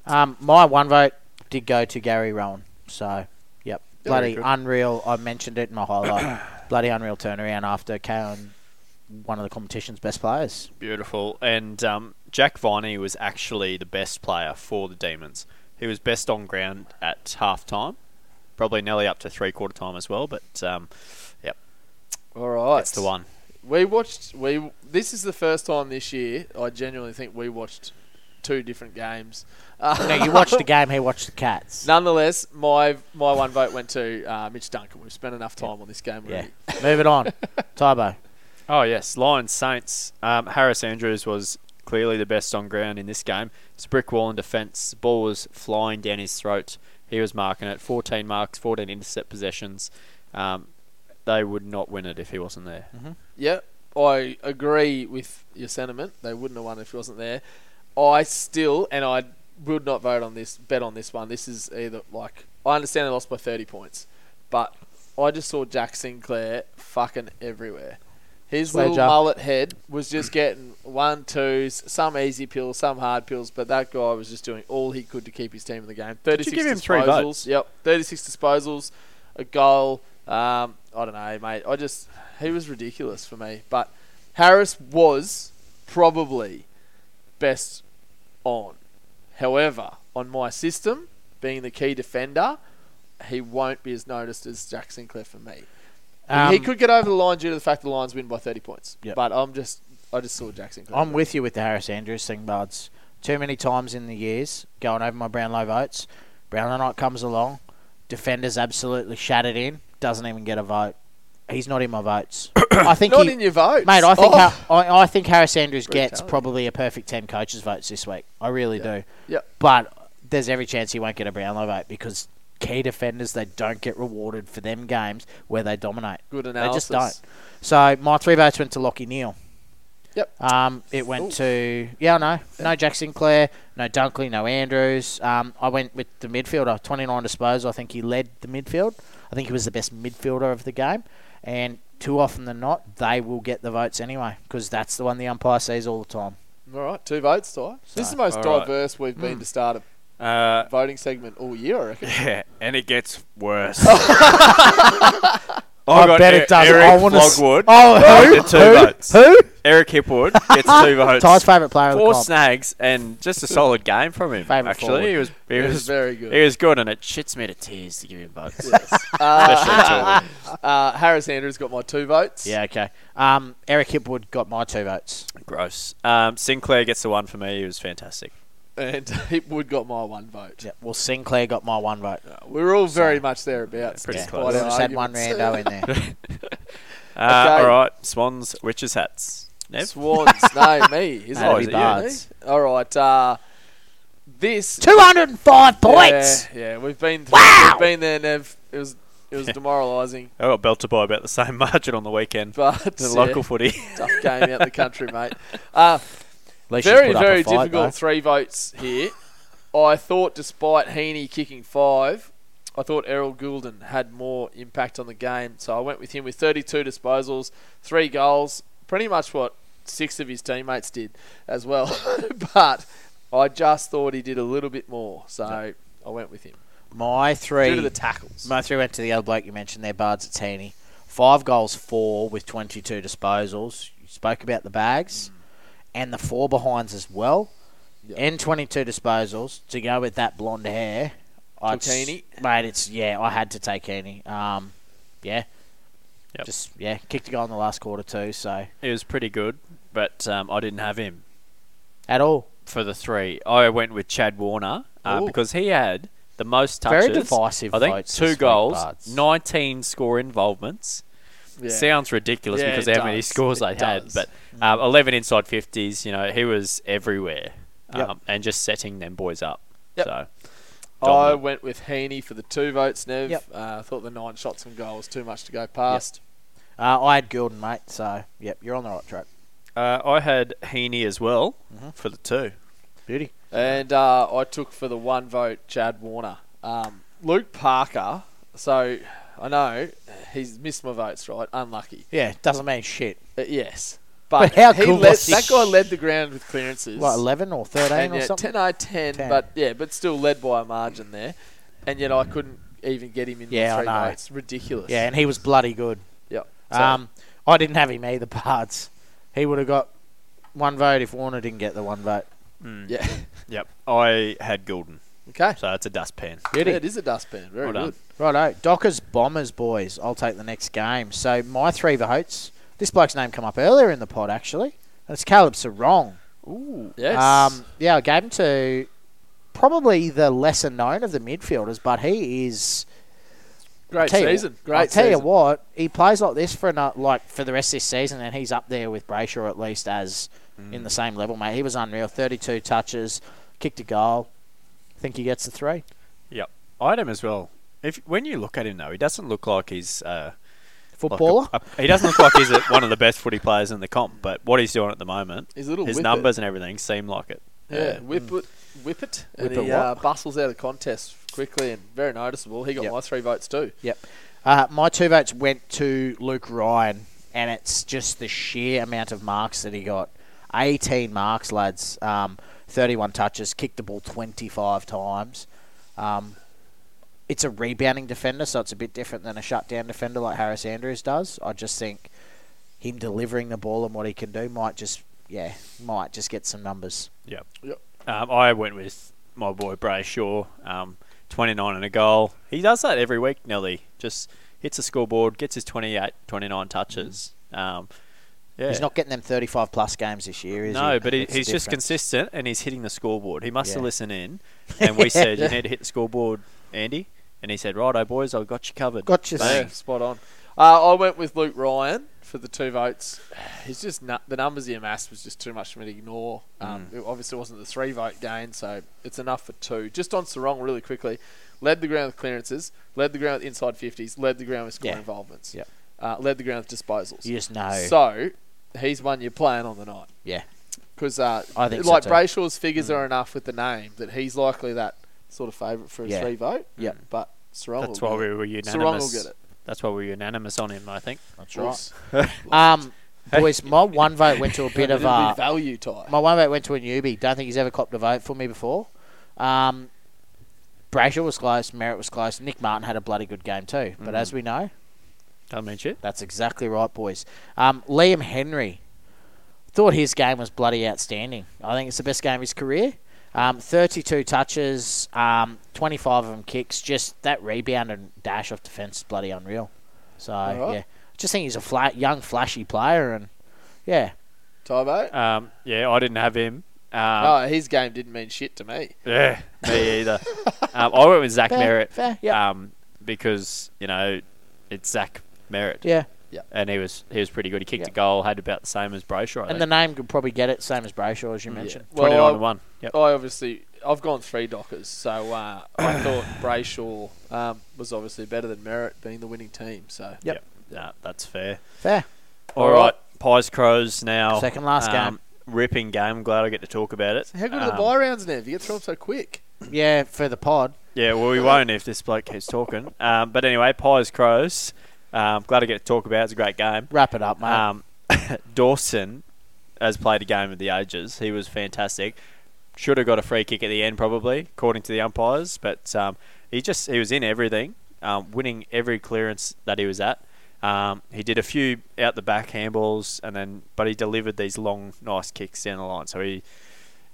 Um, my one vote did go to Gary Rowan. So, yep. Bloody good. unreal. I mentioned it in my highlight. Bloody unreal turnaround after KO'n, one of the competition's best players. Beautiful. And um, Jack Viney was actually the best player for the Demons. He was best on ground at half time, probably nearly up to three quarter time as well. But um, yep, All right, that's the one. We watched. We this is the first time this year. I genuinely think we watched two different games. Uh, No, you watched the game. He watched the Cats. Nonetheless, my my one vote went to uh, Mitch Duncan. We've spent enough time on this game Yeah. already. Move it on. Tybo. Oh yes, Lions Saints. Um, Harris Andrews was clearly the best on ground in this game. It's a brick wall in defence. Ball was flying down his throat. He was marking it. 14 marks, 14 intercept possessions. Um, they would not win it if he wasn't there. Yep, I agree with your sentiment. They wouldn't have won if he wasn't there. I still, and I would not vote on this, bet on this one. This is either like I understand they lost by thirty points, but I just saw Jack Sinclair fucking everywhere. His little Ledger. mullet head was just getting one twos, some easy pills, some hard pills, but that guy was just doing all he could to keep his team in the game. Thirty six give him disposals. three votes? Yep, thirty six disposals, a goal. Um, I don't know, mate. I just he was ridiculous for me. But Harris was probably best on. However, on my system, being the key defender, he won't be as noticed as Jack Sinclair for me. Um, he could get over the line due to the fact the Lions win by 30 points. Yep. But I'm just, I just saw Jack Sinclair. I'm with you with the Harris Andrews thing, buds. Too many times in the years going over my Brownlow votes. Brownlow night comes along, defenders absolutely shattered in, doesn't even get a vote. He's not in my votes. I think Not he, in your votes. mate. I think Oh. Har- I, I think Harris Andrews gets Brutality. probably a perfect ten coaches votes this week. I really do. Yep. But there's every chance he won't get a Brownlow vote because key defenders they don't get rewarded for them games where they dominate. Good They just analysis. don't. So my three votes went to Lockie Neal. Yep. Um, it went to yeah, no, no Jack Sinclair, no Dunkley, no Andrews. Um, I went with the midfielder, 29 disposals. I think he led the midfield. I think he was the best midfielder of the game, and too often than not, they will get the votes anyway because that's the one the umpire sees all the time. All right, two votes, Ty. This is the most all right. Hmm. diverse we've been to start a Uh, voting segment all year, I reckon. Yeah, and it gets worse. I bet it does. E- Eric I want to. Flogwood. oh, who? with the two who? votes. Who? Eric Hipwood gets two votes. Ty's favourite player Four of the comp. snags and just a solid game from him. Favourite actually, forward. he was he, It was, was very good. He was good, and it shits me to tears to give him votes. Uh, uh, Harris Andrews got my two votes. Yeah, okay. Um, Eric Hipwood got my two votes. Gross. Um, Sinclair gets the one for me. He was fantastic. And Hipwood got my one vote. Yeah, well, Sinclair got my one vote. We were all very much thereabouts. pretty despite close. our I just had one arguments. rando in there. Uh, Okay. All right, Swans, witches hats. Nev? Swans. no, me. Is Oh, it? is it you? Bards. Me? All right. Uh, this. 205 points. Yeah, yeah, we've been through, we've been there, Nev. It was it was demoralising, I got belted by about the same margin on the weekend. but The yeah, local footy. tough game out the country, mate. Uh, At least she's very put up very a fight, difficult three votes here. I thought, despite Heaney kicking five, I thought Errol Goulden had more impact on the game, so I went with him with 32 disposals, three goals, pretty much what six of his teammates did as well. but I just thought he did a little bit more, so I went with him though. My due to three, the tackles. my three went to the other bloke you mentioned there, Bards at Teeny. Five goals, four with 22 disposals. You spoke about the bags and the four behinds as well. Yeah. And 22 disposals to go with that blonde hair. I Took Heaney. Mate, it's, yeah, I had to take Heaney. Um, yeah. Yep. Just, yeah, kicked a goal in the last quarter too, so He was pretty good, but um, I didn't have him. at all. for the three. I went with Chad Warner uh, Ooh. because he had the most touches. Very divisive I think votes two this week, goals, Bards. nineteen score involvements. Yeah. Sounds ridiculous Yeah, because it of how many does. scores they It does. Mm. had, but um, eleven inside fifties. You know, he was everywhere Yep. um, and just setting them boys up. Yep. So I dominant. went with Heaney for the two votes, Nev. Yep. Uh, I thought the nine shots on goal was too much to go past. Uh, I had Gilden, mate, so, yep, you're on the right track. Mm-hmm. uh, I had Heaney as well for the two. Beauty. And uh, I took for the one vote Chad Warner. Um, Luke Parker. So I know he's missed my votes, right? Unlucky. Yeah, doesn't mean shit. Uh, yes. But But, how he cool led, was he? that guy led the ground with clearances. Like 11 or 13 and or yeah, something? 10 I 10, 10. but yeah, but still led by a margin there. And yet I couldn't even get him in Yeah, the I three know. votes. Ridiculous. yeah, and he was bloody good. Yep. So, Um, I didn't have him either, parts. He would have got one vote if Warner didn't get the one vote. yeah. Yep. I had Goulden, okay. so it's a dustpan. Beauty. Yeah, it is a dustpan. Very Well done. good. Righto, Dockers Bombers boys. I'll take the next game. So my three votes. This bloke's name come up earlier in the pod actually. And it's Caleb Sarong. Ooh. Yes. Um, yeah, I gave him to probably the lesser known of the midfielders, but he is. great tell you- season. Great I'll tell season. you what, he plays like this for ano- like for the rest of this season, and he's up there with Brayshaw at least as in Mm. the same level, mate. He was unreal. Thirty-two touches, kicked a goal. I think he gets the three. Yep. I had him as well. If when you look at him though, he doesn't look like he's uh, like a- Footballer. a- he doesn't look like he's a, one of the best footy players in the comp. But what he's doing at the moment, His little his whip numbers and everything seem like it. It. Yeah. Uh, Whip mm. it. Whip it. And Whip it he what? uh, bustles out of contest quickly and very noticeable. He got Yep. my three votes too. Yep. Uh, my two votes went to Luke Ryan, and it's just the sheer amount of marks that he got. 18 marks, lads. Um, 31 touches, kicked the ball 25 times. Um, it's a rebounding defender, so it's a bit different than a shutdown defender like Harris Andrews does. I just think him delivering the ball and what he can do might just, yeah, might just get some numbers. Yep. Yep. Um, I went with my boy Brayshaw, um, 29 and a goal. He does that every week, nearly. Just hits the scoreboard, gets his 28, 29 touches. Um, yeah. He's not getting them 35 plus games this year, is he? no, but he, That's the he's just difference. consistent and he's hitting the scoreboard. He must have Yeah. listened in, and we said you need to hit the scoreboard, Andy, and he said, "Righto, boys, I've got you covered." Got you, Bang. Yeah, spot on. Uh, I went with Luke Ryan for the two votes. He's just nu- the numbers he amassed was just too much for me to ignore. Um, Mm. It obviously wasn't the three vote gain, so it's enough for two. Just on Sarong really quickly, led the ground with clearances, led the ground with inside fifties, led the ground with scoring Yeah. involvements, Yep. uh, led the ground with disposals. You just know. So he's one you're playing on the night yeah. because uh, I think so like too. Mm. Brayshaw's figures are enough with the name that he's likely that sort of favourite for a Yeah. three vote. Yep. but Sarong. That's will why get we it. were Sarong will unanimous. get it. That's why we were unanimous on him. I think. That's Whoops. Um, boys, my one vote went to a bit of It'll be a. value tie. My one vote went to a newbie. Don't think he's ever copped a vote for me before. Um, Brayshaw was close. Merritt was close. Nick Martin had a bloody good game too. But as we know, Don't mention it. that's exactly right, boys. Um, Liam Henry thought his game was bloody outstanding. I think it's the best game of his career. Um, 32 touches, um, 25 of them kicks. Just that rebound and dash off defence is bloody unreal. So Alright. yeah, just think he's a flat, young, flashy player, and yeah, Tybo? Um, yeah, I didn't have him. Um, oh, his game didn't mean shit to me. Yeah, me either. um, I went with Zach Fair, Merritt. fair, yep. Um, because you know it's Zach Merritt. yeah. And he was he was pretty good. He kicked Yep. a goal, had about the same as Brayshaw. I And the think. name could probably get it, same as Brayshaw, as you mentioned. twenty nine Well, I- to one. Yep. I obviously, I've gone three Dockers, so uh, I thought Brayshaw um, was obviously better than Merritt being the winning team. So Yep. Nah, that's fair. Fair. All right, Pies Crows now. um, Second last game. Ripping game. I'm glad I get to talk about it. how good are the Um, buy rounds now? If you get through them so quick, Yeah, for the pod. Yeah, well, we won't if this bloke keeps talking. Um, but anyway, Pies Crows. Um, glad I get to talk about. it. It's a great game. Wrap it Uh, up, mate. Um, Dawson has played a game of the ages. He was fantastic. Should have got a free kick at the end, probably according to the umpires. But um, he just he was in everything, um, winning every clearance that he was at. Um, he did a few out the back handballs, and then but he delivered these long, nice kicks down the line. So he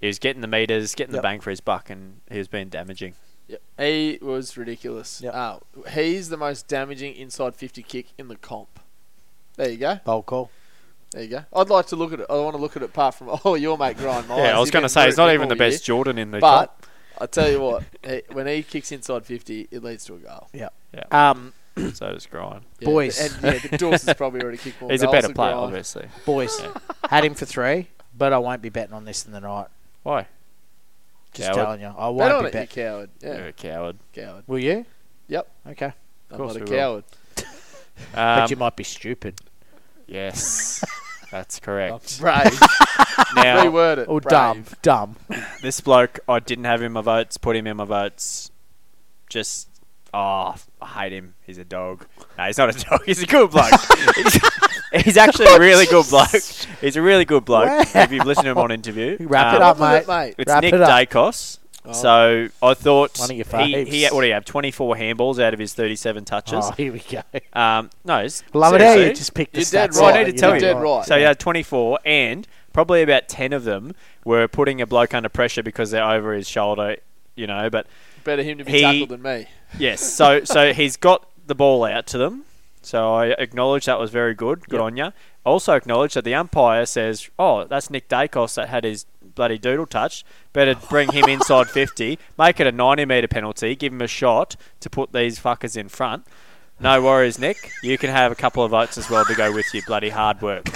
he was getting the meters, getting Yep. the bang for his buck, and he was being damaging. he was ridiculous. Yep. Uh, he's the most damaging inside 50 kick in the comp. There you go. Bold call. There you go. I'd like to look at it. I want to look at it apart from, oh, your mate, Grind Myers. yeah, I was He going to didn't say do he's not it even the all year. best Jordan in the But I tell you what, he, when he kicks inside 50, it leads to a goal. Um, comp, so does Grind. Yeah, Boys. And yeah, the Dawson's probably already kicked more He's a goals better than player, Grant. obviously. boys, had him for three, but I won't be betting on this in the night. Why? Just Coward. telling you. I Bet on won't be it, you betting. coward. Yeah, You're a coward. coward. Will you? Yep. Um, Okay. I'm course not a we will. coward. Um, but you might be stupid. Yes. That's correct. Brave. Now, Reword it. Or uh, Brave. Oh, dumb. Dumb. this bloke, I didn't have him in my votes. Put him in my votes. Just, oh, I hate him. He's a dog. No, he's not a dog. He's a good bloke. he's, he's actually a really good bloke. He's a really good bloke. Wow. If you've listened to him on interview, Wrap it Um, up, Wasn't it, mate. It's Wrap Nick it up. Oh. Dacos. So I thought One of your he, faves. he what do you have? Twenty four handballs out of his thirty seven touches. Oh, here we go. Um, no, it's, Love it eh? how seriously. you just picked the You're dead stats So I out. need to You're tell dead you. dead right. So he had 24, and probably about 10 of them were putting a bloke under pressure because they're over his shoulder, you know. But Better him to be He- tackled than me. yes, so so he's got the ball out to them. So I acknowledge that was very good. Good on you. Also acknowledge that the umpire says, "Oh, that's Nick Dacos that had his bloody doodle touch. Better bring him inside 50, make it a 90 meter penalty, give him a shot to put these fuckers in front." No worries, Nick. You can have a couple of votes as well to go with your bloody hard work.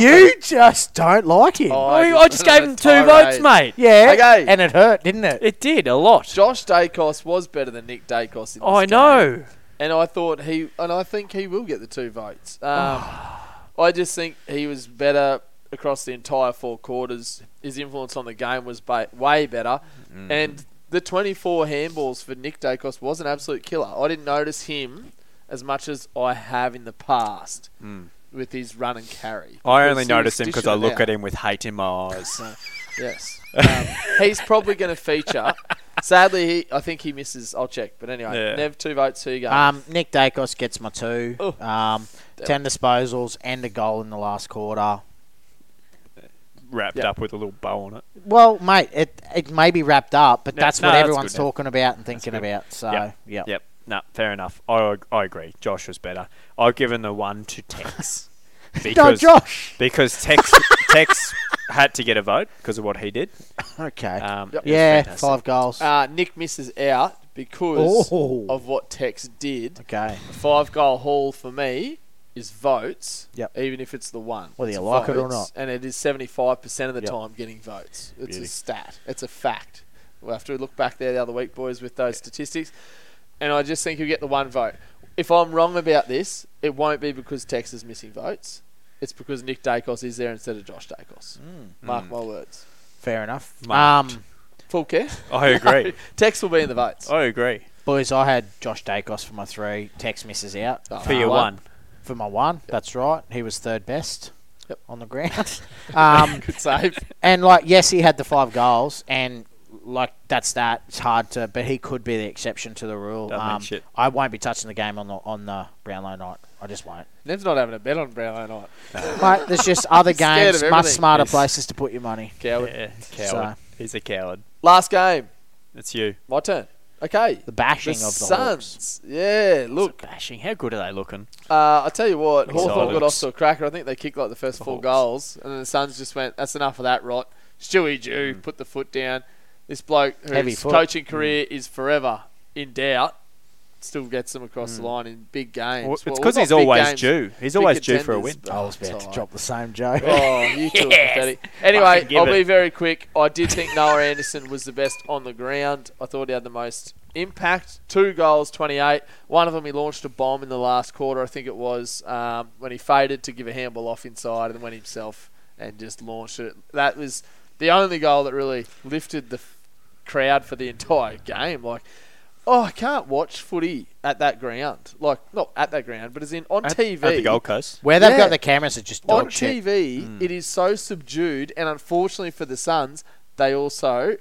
You just don't like him. Oh, I, just I just gave him two votes, Tirade. mate. yeah. Okay. And it hurt, didn't it? It did a lot. Josh Dacos was better than Nick Dacos in this I game. know. and I thought he and I think he will get the two votes. Oh. Um, I just think he was better across the entire four quarters. His influence on the game was ba- way better, Mm-hmm. and the 24 handballs for Nick Dacos was an absolute killer. I didn't notice him as much as I have in the past with his run and carry. Hmm. I only he was noticed him because I dishing it look out. at him with hate in my eyes. Yes, um, he's probably going to feature. Sadly, he, I think he misses. I'll check, but anyway, Yeah. Nev two votes. Who you go? Um, Nick Dacos gets my two. Oh. Um, ten disposals and a goal in the last quarter. Wrapped Yeah. up with a little bow on it. Well, mate, it it may be wrapped up, but No, that's no, what that's everyone's good, yeah. talking about and thinking good. about. So, Yep. yeah. Yep. No, fair enough. I, I agree. Josh was better. I've given the one to Tex. No, Josh. Because Tex, Tex had to get a vote because of what he did. Okay. Um, Yep. it was yeah, fantastic. five goals. Uh, Nick misses out because Oh. of what Tex did. okay. A five goal haul for me is votes, Yep. even if it's the one. Whether you It's like it or votes, And it is 75% of the Yep. time getting votes. It's Beauty. a stat, it's a fact. We'll have to look back there the other week, boys, with those statistics. And I just think he'll get the one vote. If I'm wrong about this, it won't be because Tex is missing votes. It's because Nick Dacos is there instead of Josh Dacos. Mm. Mark my words. Fair enough. Marked. Um, Full care. I agree. Tex will be in the votes. I agree. boys, I had Josh Dacos for my three. Tex misses out Oh, For your one. for my one. That's right. He was third best Yep. on the ground. um, Good save. And like, yes, he had the five goals, and like that's that. It's hard to, but he could be the exception to the rule. Doesn't mean Um, shit. I won't be touching the game on the on the Brownlow night. I just won't. Nev's not having a bet on Brownlow night. But there's just other Scared of games, much everything. smarter Yes. places to put your money. Coward. Yeah, coward. So- He's a coward. Last game. It's you. My turn. Okay. The bashing the of the Hawks. Suns. Yeah, look. Bashing. How good are they looking? Uh, I tell you what, Excited. Hawthorn got off to a cracker. I think they kicked like the first four Hawks. goals, and then the Suns just went, "That's enough of that rot." Stewie Jew Mm. put the foot down. This bloke, Heavy whose foot. coaching career is forever in doubt, still gets them across the line in big Mm. games. Well, it's Well, because not he's big always games, due. He's big always due for a win. contenders, but I was about to it's drop the same joke. Oh, you two are Yes. pathetic. Anyway, Fucking give I'll it. be very quick. I did think Noah Anderson was the best on the ground. I thought he had the most impact. Two goals, 28. One of them, he launched a bomb in the last quarter, I think it was, um, when he faded to give a handball off inside and went himself and just launched it. That was the only goal that really lifted the f- crowd for the entire game. Like, oh, I can't watch footy at that ground. Like, not at that ground, but as in on At- TV. At the Gold Coast. Where they've Yeah. got the cameras are just on dog shit. TV, Hmm. it is so subdued, and unfortunately for the Suns, they also,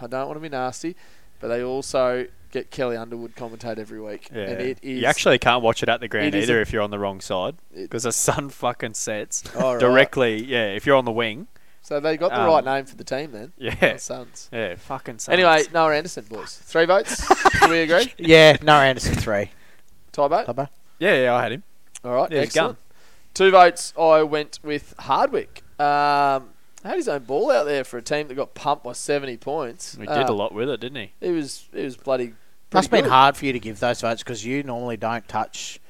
I don't want to be nasty, but they also get Kelly Underwood commentate every week, Yeah. and it is you actually can't watch it at the ground it is either a- if you're on the wrong side It- because the sun fucking sets All right. directly. Yeah, if you're on the wing. So they got the um, right name for the team then. Yeah. the Suns. Yeah, fucking suns. Anyway, Noah Anderson, boys, three votes. Do we agree? Yeah, no Anderson three. Tie vote. Tubbo. yeah, yeah, I had him. All right, Yeah, he's excellent. Two votes. I went with Hardwick. Um, had his own ball out there for a team that got pumped by seventy points. We Uh, did a lot with it, didn't he? It was it was bloody. Must have pretty been good. hard for you to give those votes because you normally don't touch.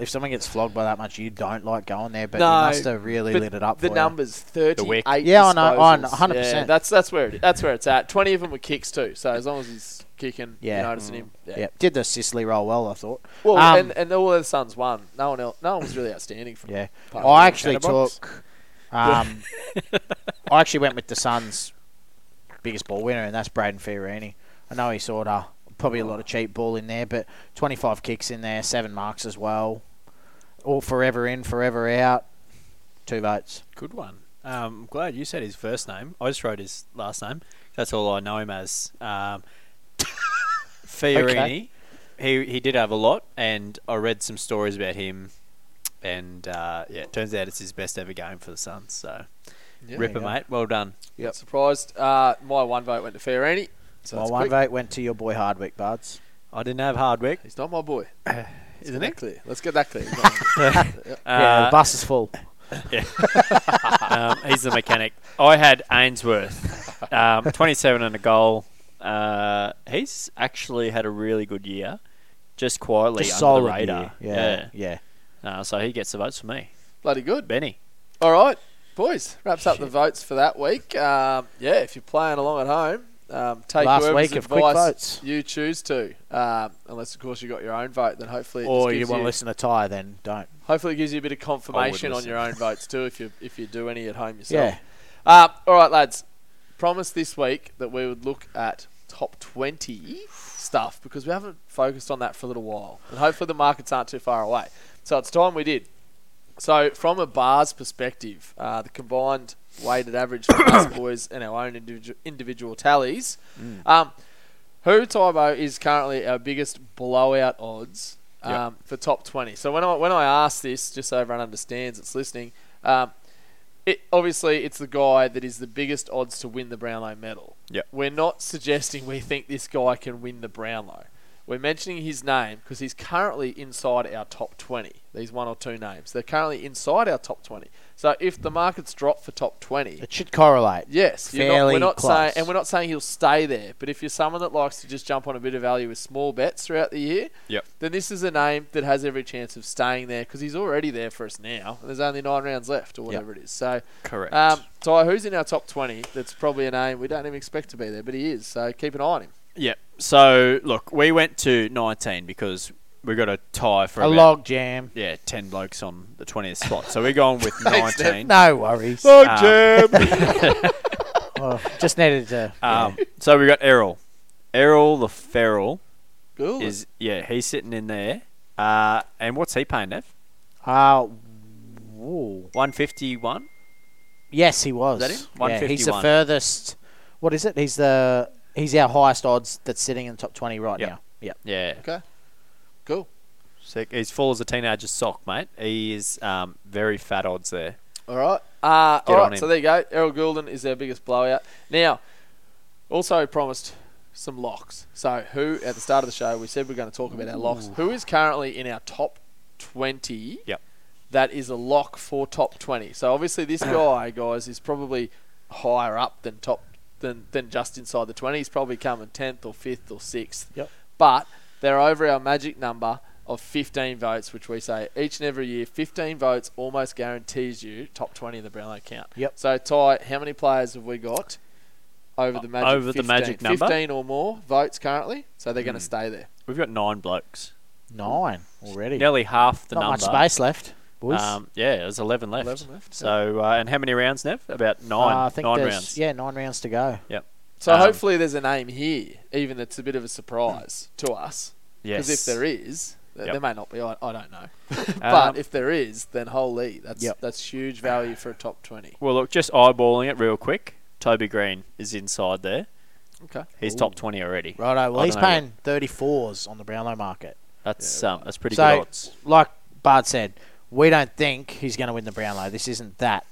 If someone gets flogged by that much, you don't like going there. But No, you must have really But lit it up. The for you. numbers, thirty-eight. wick. disposals. Yeah, I know, I know, 100%. Yeah, that's that's where it, that's where it's at. Twenty of them were kicks too. So as long as he's kick and Yeah. Mm. noticing him. Yeah. Yeah, did the Sicily roll well, I thought. Well, Um, and, and all the Suns won. No one else, no one was really outstanding from Yeah, apart from I actually Chatterbox. took. Um, I actually went with the Suns' biggest ball winner, and that's Braden Fiorini. I know he sort of probably a lot of cheap ball in there, but 25 kicks in there, seven marks as well, all forever in, forever out. Two votes. Good one. Um, I'm glad you said his first name. I just wrote his last name. That's all I know him as. Um, Fiorini. He he did have a lot, and I read some stories about him. And uh, yeah, it turns out it's his best ever game for the Suns. So Yeah. ripper, There you go. mate. Well done. Yep. Surprised. Uh, my one vote went to Ferrani. So My that's one quick. vote went to your boy Hardwick, buds. I didn't have Hardwick. He's not my boy. Isn't that it? clear? Let's get that clear. yeah, the Uh, bus is full. um, he's the mechanic. I had Ainsworth, um, 27 and a goal. Uh, he's actually had a really good year, just quietly Just under the solid radar. year. Yeah, yeah. Uh, so he gets the votes for me. Bloody good. Benny. All right, boys. Wraps up the votes for that week. Um, yeah, if you're playing along at home, um, take Last whoever's week of quick advice votes. you choose to. Um, unless, of course, you got your own vote. Then hopefully, it Or just you gives want you, to listen to Ty, then don't. hopefully it gives you a bit of confirmation on listen. your own votes too. If you if you do any at home yourself. Yeah. Uh, all right, lads. Promise this week that we would look at top 20 stuff because we haven't focused on that for a little while. And hopefully the markets aren't too far away. So it's time we did. So, from a bar's perspective, uh, the combined weighted average for us boys and our own individu- individual tallies. Um, who, Tybo, is currently our biggest blowout odds um, for top 20? So, when I, when I ask this, just so everyone understands that's listening, um, it obviously it's the guy that is the biggest odds to win the Brownlow medal. Yep. We're not suggesting we think this guy can win the Brownlow. We're mentioning his name because he's currently inside our top 20. These one or two names. They're currently inside our top 20. So if the markets drop for top 20, It should correlate. yes, you're not, fairly we're not close. saying and we're not saying he'll stay there, but if you're someone that likes to just jump on a bit of value with small bets throughout the year, Yep. then this is a name that has every chance of staying there because he's already there for us now. And there's only 9 rounds left or whatever it is. So Correct. um, Ty, who's in our top 20? That's probably a name we don't even expect to be there, but he is. So keep an eye on him. yep. So, look, we went to 19 because we got a tie for A about, log jam. Yeah, 10 blokes on the 20th spot. So we're going with 19. No worries. Um, Well, just needed to. Um, so we got Errol. Errol the Feral Good. is, yeah, he's sitting in there. Uh, and what's he paying, Nev? Uh, whoa. 151? Yes, he was. Is that him? Yeah, he's the 151. furthest. What is it? He's the he's our highest odds that's sitting in the top twenty right Yep. now. Yep. Yeah. okay. Cool. Sick. He's full as a teenager's sock, mate. He is um, very fat odds there. All right. Uh, Get on all right. him. So there you go. Errol Goulden is their biggest blowout. Now, also promised some locks. So who at the start of the show we said we're going to talk about our locks. Who is currently in our top twenty? Yep. That is a lock for top twenty. So obviously this guy, guys, is probably higher up than top than than just inside the twenty. He's probably coming tenth or fifth or sixth. Yep. But they're over our magic number of 15 votes, which we say each and every year, 15 votes almost guarantees you top 20 in the Brownlow count. Yep. So, Ty, how many players have we got over the magic? Over the 15? magic number? Mm. 15 or more votes currently, so they're going to stay there. We've got nine blokes. Nine already. Nearly half the Not number. much space left, boys. Um, yeah, there's 11 left. 11 left, So, uh, and how many rounds, Nev? About Uh, nine. I think nine there's- rounds. Yeah, nine rounds to go. Yep. So, Um, hopefully, there's a name here, even that's a bit of a surprise to us. Yes. Because if there is, th- Yep. there may not be. I, I don't know. Um, but if there is, then holy, that's Yep. that's huge value for a top 20. Well, look, just eyeballing it real quick. Toby Green is inside there. Okay. He's top 20 already. Righto. Well, I he's don't know. paying thirty fours on the Brownlow market. That's um, that's pretty So- good odds. Like Bart said, we don't think he's going to win the Brownlow. This isn't that.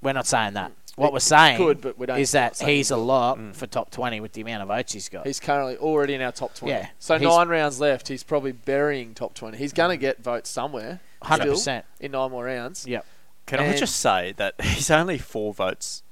We're not saying that. What It we're saying could, but we don't- is not that saying he's a lot for top twenty with the amount of votes he's got. He's currently already in our top 20. Yeah. So He's- nine rounds left. He's probably burying top 20. He's going to get votes somewhere. Hundred still, percent. In nine more rounds. Yep. Can I and- just say that he's only four votes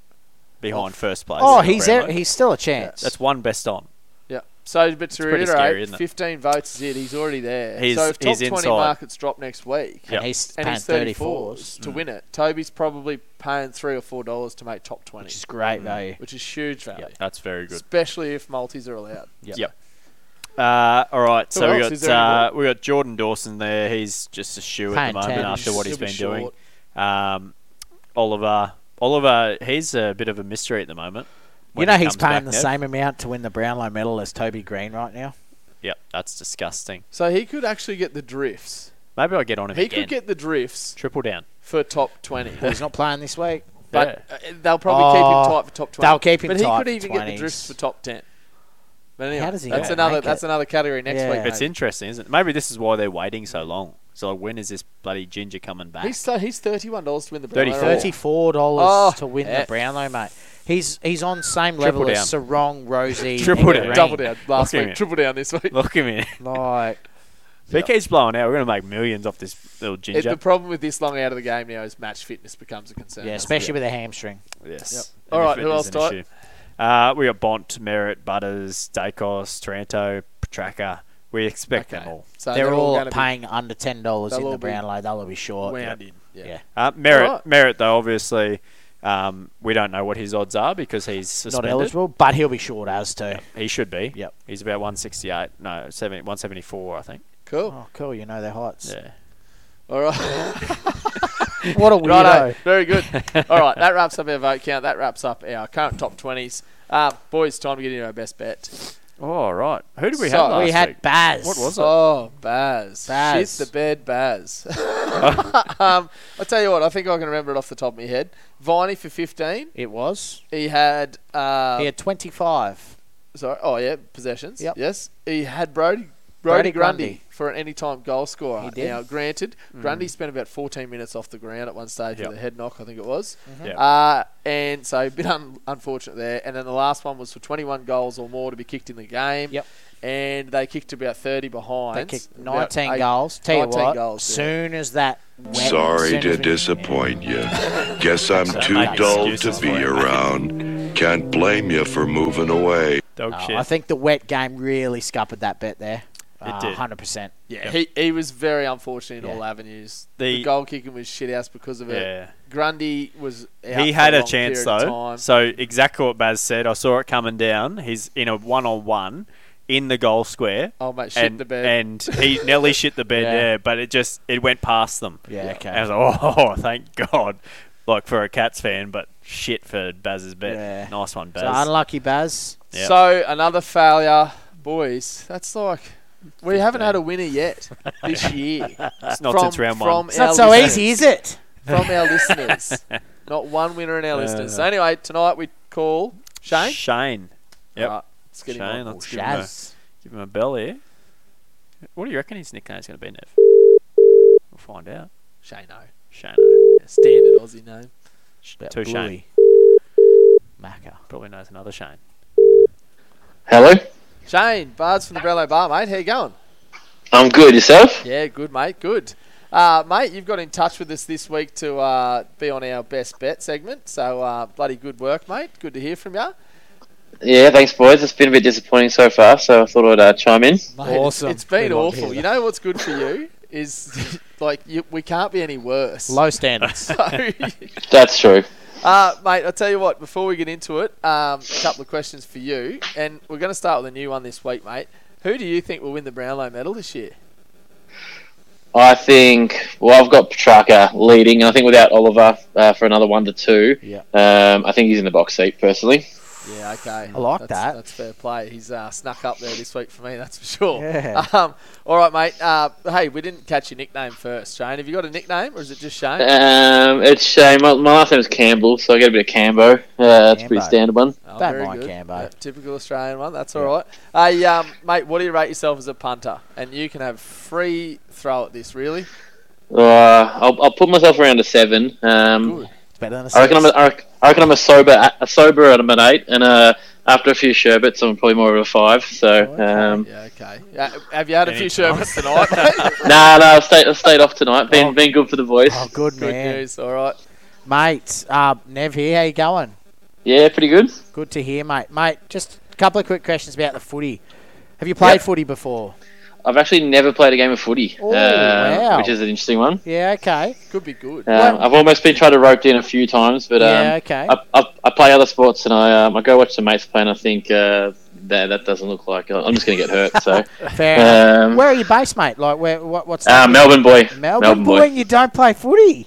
behind first place? Oh, in the he's Brownlow. he's still a chance. That's one best on. Yeah. So, but to pretty scary, reiterate, isn't it? 15 votes is it. He's already there. He's- so if top he's 20 inside. markets drop next week Yep. Mm. And he's and paying he's 34s, 34s to win it, Toby's probably paying 3 or $4 dollars to make top 20, which is great value. which is huge value. That's very good. Especially if multis are allowed. Yep. Uh, all right, so Who we else? Is got there uh, anybody? we got Jordan Dawson there. He's just a shoe at the Paying moment tabs. after what he's He'll been be doing. short. Um, Oliver, Oliver, he's a bit of a mystery at the moment. You when know he he's comes back, paying the Nev. same amount to win the Brownlow medal as Toby Green right now. Yep, that's disgusting. So he could actually get the drifts. Maybe I get on him He again. could get the drifts triple down. for top 20. But he's not playing this week. But uh, they'll probably keep him Oh, tight for top 20. they'll keep him But tight he could for even get the 20s. drifts for top 10. But anyway, does he that's get- another make that's it? another category next Yeah. week. It's interesting, isn't it? Maybe this is why they're waiting so long. So like, when is this bloody ginger coming back? He's so he's thirty one dollars to win the Brownlow. 34. Award. Thirty-four dollars Oh, to win yeah. the Brownlow, mate. He's he's on same Triple level down. as Sarong, Rosie, Triple and down. Green. Double down last Look at week, him. triple down this week. Look at me. Like If he keeps blowing out, we're gonna make millions off this little It, ginger. the problem with this long out of the game now is match fitness becomes a concern. yeah, doesn't especially with a hamstring. Yes. Yep. All And right, if who it is else, an Dot? issue. Uh, we got Bont, Merritt, Butters, Dacos, Taranto, Petraka. We it? expect Okay. them all. So they're, all gonna be paying under ten dollars they'll in all the be Brownlow. They'll all be short. wound in. Yeah. Yeah. Uh, Merritt, All right. Merritt though, obviously, um, we don't know what his odds are because he's Not suspended. eligible, but he'll be short as too. He should be. Yep. He's about 168. No, 70, 174, I think. Cool. Oh, cool! You know their heights. Yeah. Oh. All right. What a weirdo! Righto. Very good. All right. That wraps up our vote count. That wraps up our current top twenties. Uh, boys, time to get into our best bet. All right. Who did we So, have last we had week? Baz. What was it? Oh, Baz. Baz. Shit the bed, Baz. um, I'll tell you what, I think I can remember it off the top of my head. Viney for 15. It was. He had. Uh, he had twenty-five. Sorry. Oh, yeah. Possessions. Yep. Yes. He had Brody. Brody, Brody Grundy, Grundy. for an anytime goal scorer. He did. Mm. Now, granted, Grundy spent about 14 minutes off the ground at one stage Yep. with a head knock, I think it was. Mm-hmm. Yep. Uh, and so a bit un- unfortunate there. And then the last one was for 21 goals or more to be kicked in the game. Yep. And they kicked about 30 behind. They kicked About 19 eight- goals. Tell you 19 what, goals, yeah. soon as that went, Sorry soon to as we- disappoint you. Guess I'm Don't too make dull excuses to for be it. around. Can't blame you for moving away. Oh, Dog No, Oh, shit. Oh, I think the wet game really scuppered that bet there. It did. 100%. Yeah, he, he was very unfortunate in Yeah. all avenues. The, The- goal kicking was shit house because of it. yeah. Grundy was out He for had a long chance period of though. time. So exactly what Baz said. I saw it coming down. He's in a one-on-one in the goal square. Oh, mate, shit and, the bed. And he nearly shit the bed. Yeah. yeah. but it just it went past them. Yeah, okay. And I was like, oh, thank God. Like for a Cats fan, but shit for Baz's bet. Yeah. Nice one, Baz. So unlucky, Baz. Yep. So another failure, boys. That's like we haven't had a winner yet this year. it's not from, since round from one. It's our not so listeners- easy, is it? From our listeners, not one winner in our listeners. So anyway, tonight we call Shane. Uh, Shane. Yep. Right, let's get him Shane, on. let's give him, a, Shaz. give him a bell here. What do you reckon his nickname's going to be, Nev? We'll find out. Shane O. Shane. Standard Aussie name. To Shane. Bluey. Macca. Probably knows another Shane. Hello. Shane, Bards from the Brello Bar, mate. How you going? I'm good. Yourself? Yeah, good, mate. Good. Uh, mate, you've got in touch with us this week to uh, be on our best bet segment. So, uh, bloody good work, mate. Good to hear from you. Yeah. Thanks, boys. It's been a bit disappointing so far, so I thought I'd uh, chime in. Mate, it's- Awesome. It's been We love awful. hearing You know what's good for you is like you, we can't be any worse. Low standards. So, That's true. uh, mate, I'll tell you what. Before we get into it, um, a couple of questions for you, and we're going to start with a new one this week, mate. Who do you think will win the Brownlow medal this year? I think. Well, I've got Petrarca leading, and I think without Oliver uh, for another one to two, Yeah. um, I think he's in the box seat personally. Yeah, okay. I like that's, that. That's fair play. He's uh, snuck up there this week for me, that's for sure. Yeah. Um, all right, mate. Uh, hey, we didn't catch your nickname first, Shane. Have you got a nickname, or is it just Shane? Um, it's shame. My, my last name is Campbell, so I get a bit of Cambo. Uh, that's a Cambo. pretty standard one. Oh, Don't very mind good. Cambo. Yep, typical Australian one. That's all right. Hey, um, mate, what do you rate yourself as a punter? And you can have free throw at this, really. Uh, I'll, I'll put myself around a seven. Um, Good. It's better than a I reckon I'm a, six. I rec- I reckon I'm a sober a sober at an eight, and uh, after a few sherbets, I'm probably more of a five. So um, Yeah, okay. Uh, have you had a Any few time. sherbets tonight, mate? nah, nah, I've stayed, I've stayed off tonight. Been been good for the voice. Oh, good, Good man. news. All right. Mate, uh, Nev here. How you going? Yeah, pretty good. Good to hear, mate. Mate, just a couple of quick questions about the footy. Have you played Yep. footy before? I've actually never played a game of footy, Oh, um, wow. which is an interesting one. Yeah, okay. Could be good. Um, I've almost been tried to roped in a few times, but um, yeah, okay. I, I, I play other sports and I um, I go watch some mates play, and I think uh, no, that doesn't look like. I'm just going to get hurt. So, Fair. um, where are you based, mate? Like, where? What, what's uh, Melbourne boy. Melbourne, boy, and you don't play footy.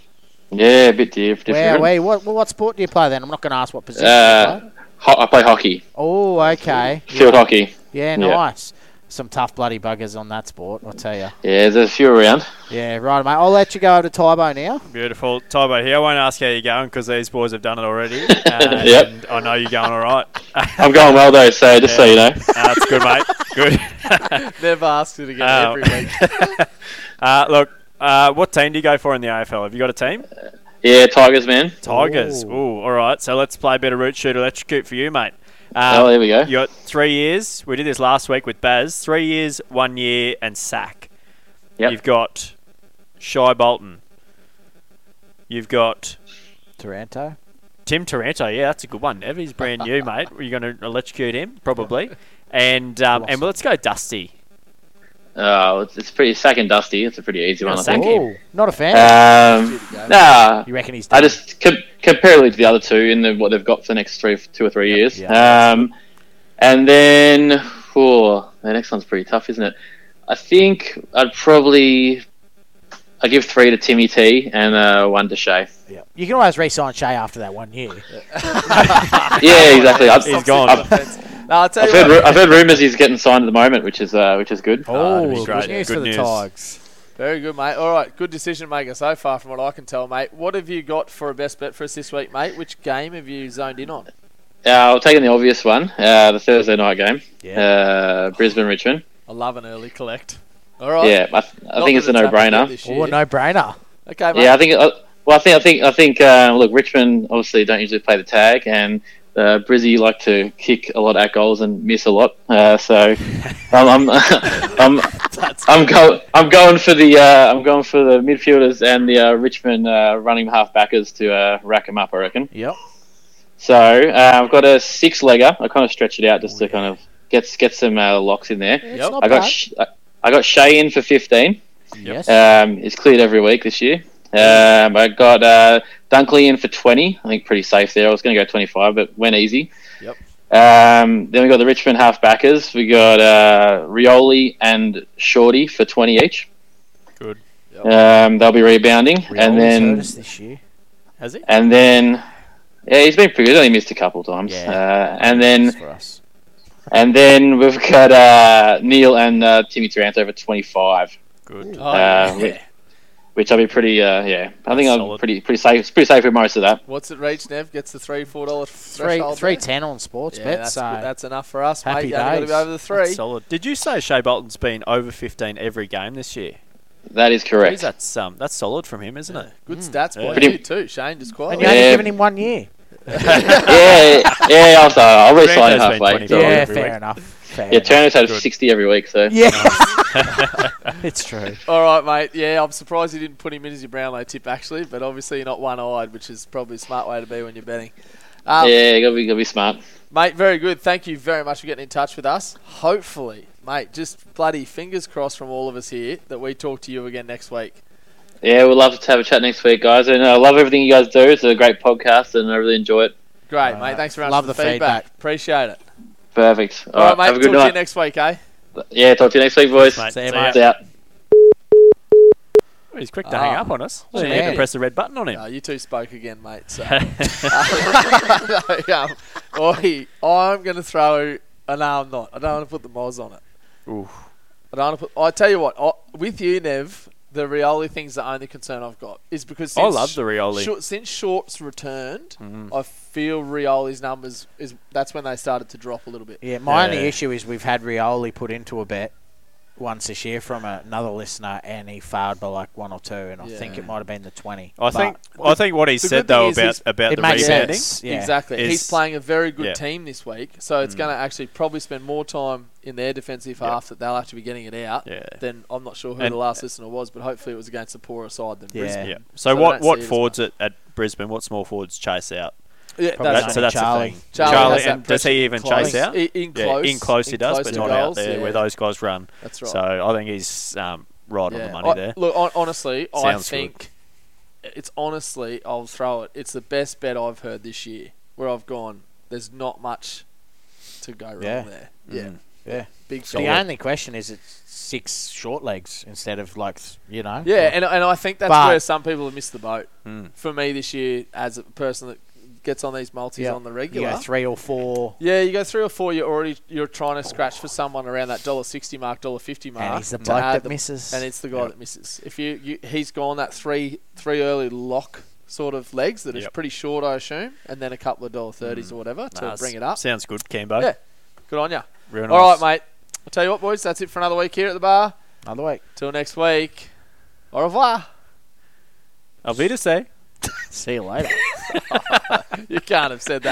Yeah, a bit diff- Where? different. Where? What? What sport do you play then? I'm not going to ask what position. you play. Uh, ho- I play hockey, Oh, okay. field hockey. Yeah, Yeah. nice. Some tough bloody buggers on that sport, I'll tell you. Yeah, there's a few around. Yeah, right, mate. I'll let you go over to Tybo now. Beautiful. Tybo here. I won't ask how you're going because these boys have done it already. And Yep. I know you're going all right. I'm going well though, so just so you know. Uh, That's good, mate. Good. Never asked it again Oh. every week. uh, look, uh, what team do you go for in the AFL? Have you got a team? Yeah, Tigers, man. Tigers. Ooh. Ooh, all right. So let's play a bit of root shoot electrocute for you, mate. Uh, Um, Oh, there we go. You got three years. We did this last week with Baz. Three years, one year, and sack. Yep. You've got Shy Bolton. You've got Toronto. Tim Taranto. Yeah, that's a good one. If he's brand new, mate, you're going to electrocute him probably. And um, and Awesome. well, let's go Dusty. Oh, it's, it's pretty sack and dusty. It's a pretty easy one, I Sack think. him. Oh, not a fan. Um, nah, you reckon he's done? I just com- compare it to the other two in the, what they've got for the next three, two or three years. yeah. Um, and then, oh, the next one's pretty tough, isn't it? I think I'd probably I give three to Timmy T and uh, one to Shay. yeah. You can always re-sign Shay after that one year. Yeah, exactly. I've, He's I've, gone. I've, No, I'll tell you heard what. ru- I've heard rumors he's getting signed at the moment, which is uh, which is good. that'd be Oh, great. good news Good for the news. Tigers. Very good, mate. All right, good decision maker so far, from what I can tell, mate. What have you got for a best bet for us this week, mate? Which game have you zoned in on? Uh, I'll take in the obvious one, uh, the Thursday night game, Yeah. uh, Brisbane Richmond. I love an early collect. All right. Yeah, I, th- I Not think it's that a no-brainer. happened yet this Oh, year. a no-brainer. Okay, mate. Yeah, I think. Uh, well, I think I think I think. Uh, look, Richmond obviously don't usually play the tag, and uh, Brizzy like to kick a lot at goals and miss a lot. Uh, so I'm I'm I'm, I'm, go- I'm going for the uh, I'm going for the midfielders and the uh, Richmond uh, running half backers to uh, rack them up. I reckon. Yep. So uh, I've got a six legger. I kind of stretch it out just to kind of get get some uh, locks in there. It's Yep. Oh, not I got bad. Sh- I- I got Shay in for fifteen. yes. Um, it's cleared every week this year. Um, I got uh, Dunkley in for 20. I think pretty safe there. I was going to go 25, but went easy. Yep. Um, then we got the Richmond half backers. We got uh, Rioli and Shorty for 20 each. Good. Um, they'll be rebounding, Real and hurt then us this year. Has he? and then yeah, he's been pretty good. Only missed a couple times. Yeah. Uh, and then for us. and then we've got uh, Neil and uh, Timmy Taranto for 25. Good. Oh, Uh, yeah. whi- which I'll be pretty. Uh, yeah, I think That's I'm solid. pretty pretty safe. It's pretty safe with most of that. What's it reach, Nev? Gets the three, four dollar Three, threshold. three there? ten on sports Yeah, bet. that's, so good. that's enough for us, Happy mate. You only got to days. be over the That's three. solid. Did you say Shea Bolton's been over 15 every game this year? That is Jeez, correct. that's um, that's solid from him, isn't it? Good stats by Pretty- you too, Shane. Just quiet. and you're only Yeah. giving him one year. yeah, yeah. I'll start. I'll resign Grant has been halfway. 25. Yeah, Yeah, every fair week. enough. Fair yeah. enough. Turner's had Good. 60 every week, so Yeah. it's true. All right, mate. Yeah, I'm surprised you didn't put him in as your Brownlow tip, actually. But obviously, you're not one-eyed, which is probably a smart way to be when you're betting. Um, yeah, gotta be gotta be smart. Mate, very good. Thank you very much for getting in touch with us. Hopefully, mate, just bloody fingers crossed from all of us here that we talk to you again next week. Yeah, we'd love to have a chat next week, guys. And I love everything you guys do. It's a great podcast, and I really enjoy it. Great, All mate. right. Thanks very much Love for the, the feedback. Appreciate it. Perfect. all right, mate. Have a talk good to you night. next week, eh? yeah, talk to you next week, boys. Mate, See ya, see ya. mate. It's out. He's quick to hang Ah. up on us. We Yeah. need to press the red button on No, him. you two spoke again, mate. So, no, um, oi, I'm going to throw. Uh, no, I'm not. I don't want to put the moz on it. Ooh. I don't want to put. I tell you what, I, with you, Nev, the Rioli thing's the only concern I've got is because I since love the Rioli. Short, since Short's returned, I feel Rioli's numbers is that's when they started to drop a little bit. Yeah, my only Yeah. issue is we've had Rioli put into a bet once this year from another listener, and he failed by like one or two, and I think it Yeah. might have been the twenty. I But think I think what he the said good thing though is about he's- about it the makes rebounding. sense. Yeah. Exactly. Is- He's playing a very good yeah. Mm. team this week, so it's going to actually probably spend more time in their defensive Yeah. half that they'll have to be getting it out. Yeah. Then I'm not sure who And- the last listener was, but hopefully it was against a poorer side than Yeah. Brisbane. Yeah. So, they what don't see it what as forwards at, at Brisbane? What small forwards chase out? Yeah, Probably that's That- so that's Charlie. the thing. Charlie has that and does he even close- chase out? i- in yeah, in close- close he in does, close but to not out goals, there yeah. where those guys run. That's right. So I think he's um, right on Yeah. the money I- there. Look, hon- honestly, I Sounds think it's honestly, I'll throw it. It's the best bet I've heard this year where I've gone, there's not much to go wrong Yeah. Mm. there. Yeah. Yeah. Big The solid. only question is it's six short legs instead of like th- you know. Yeah, and, and I think that's But- Hmm. where some people have missed the boat. Mm. For me this year, as a person that gets on these multis Yeah. on the you regular, go three or four. yeah, you go three or four. You're already you're trying to scratch for someone around that dollar sixty mark, dollar fifty mark. And he's the to bloke add that the- misses. and it's the guy that misses. If you, you he's gone that three three early lock sort of legs that is Yep. pretty short, I assume, and then a couple of dollar thirties Hmm. or whatever to Nah, bring it up. Sounds good, Cambo. Yeah. Good on you. Real All nice. right, mate. I'll tell you what, boys. That's it for another week here at the bar. another week. Till next week. Au revoir. Auf Wiedersehen. See you later. You can't have said that.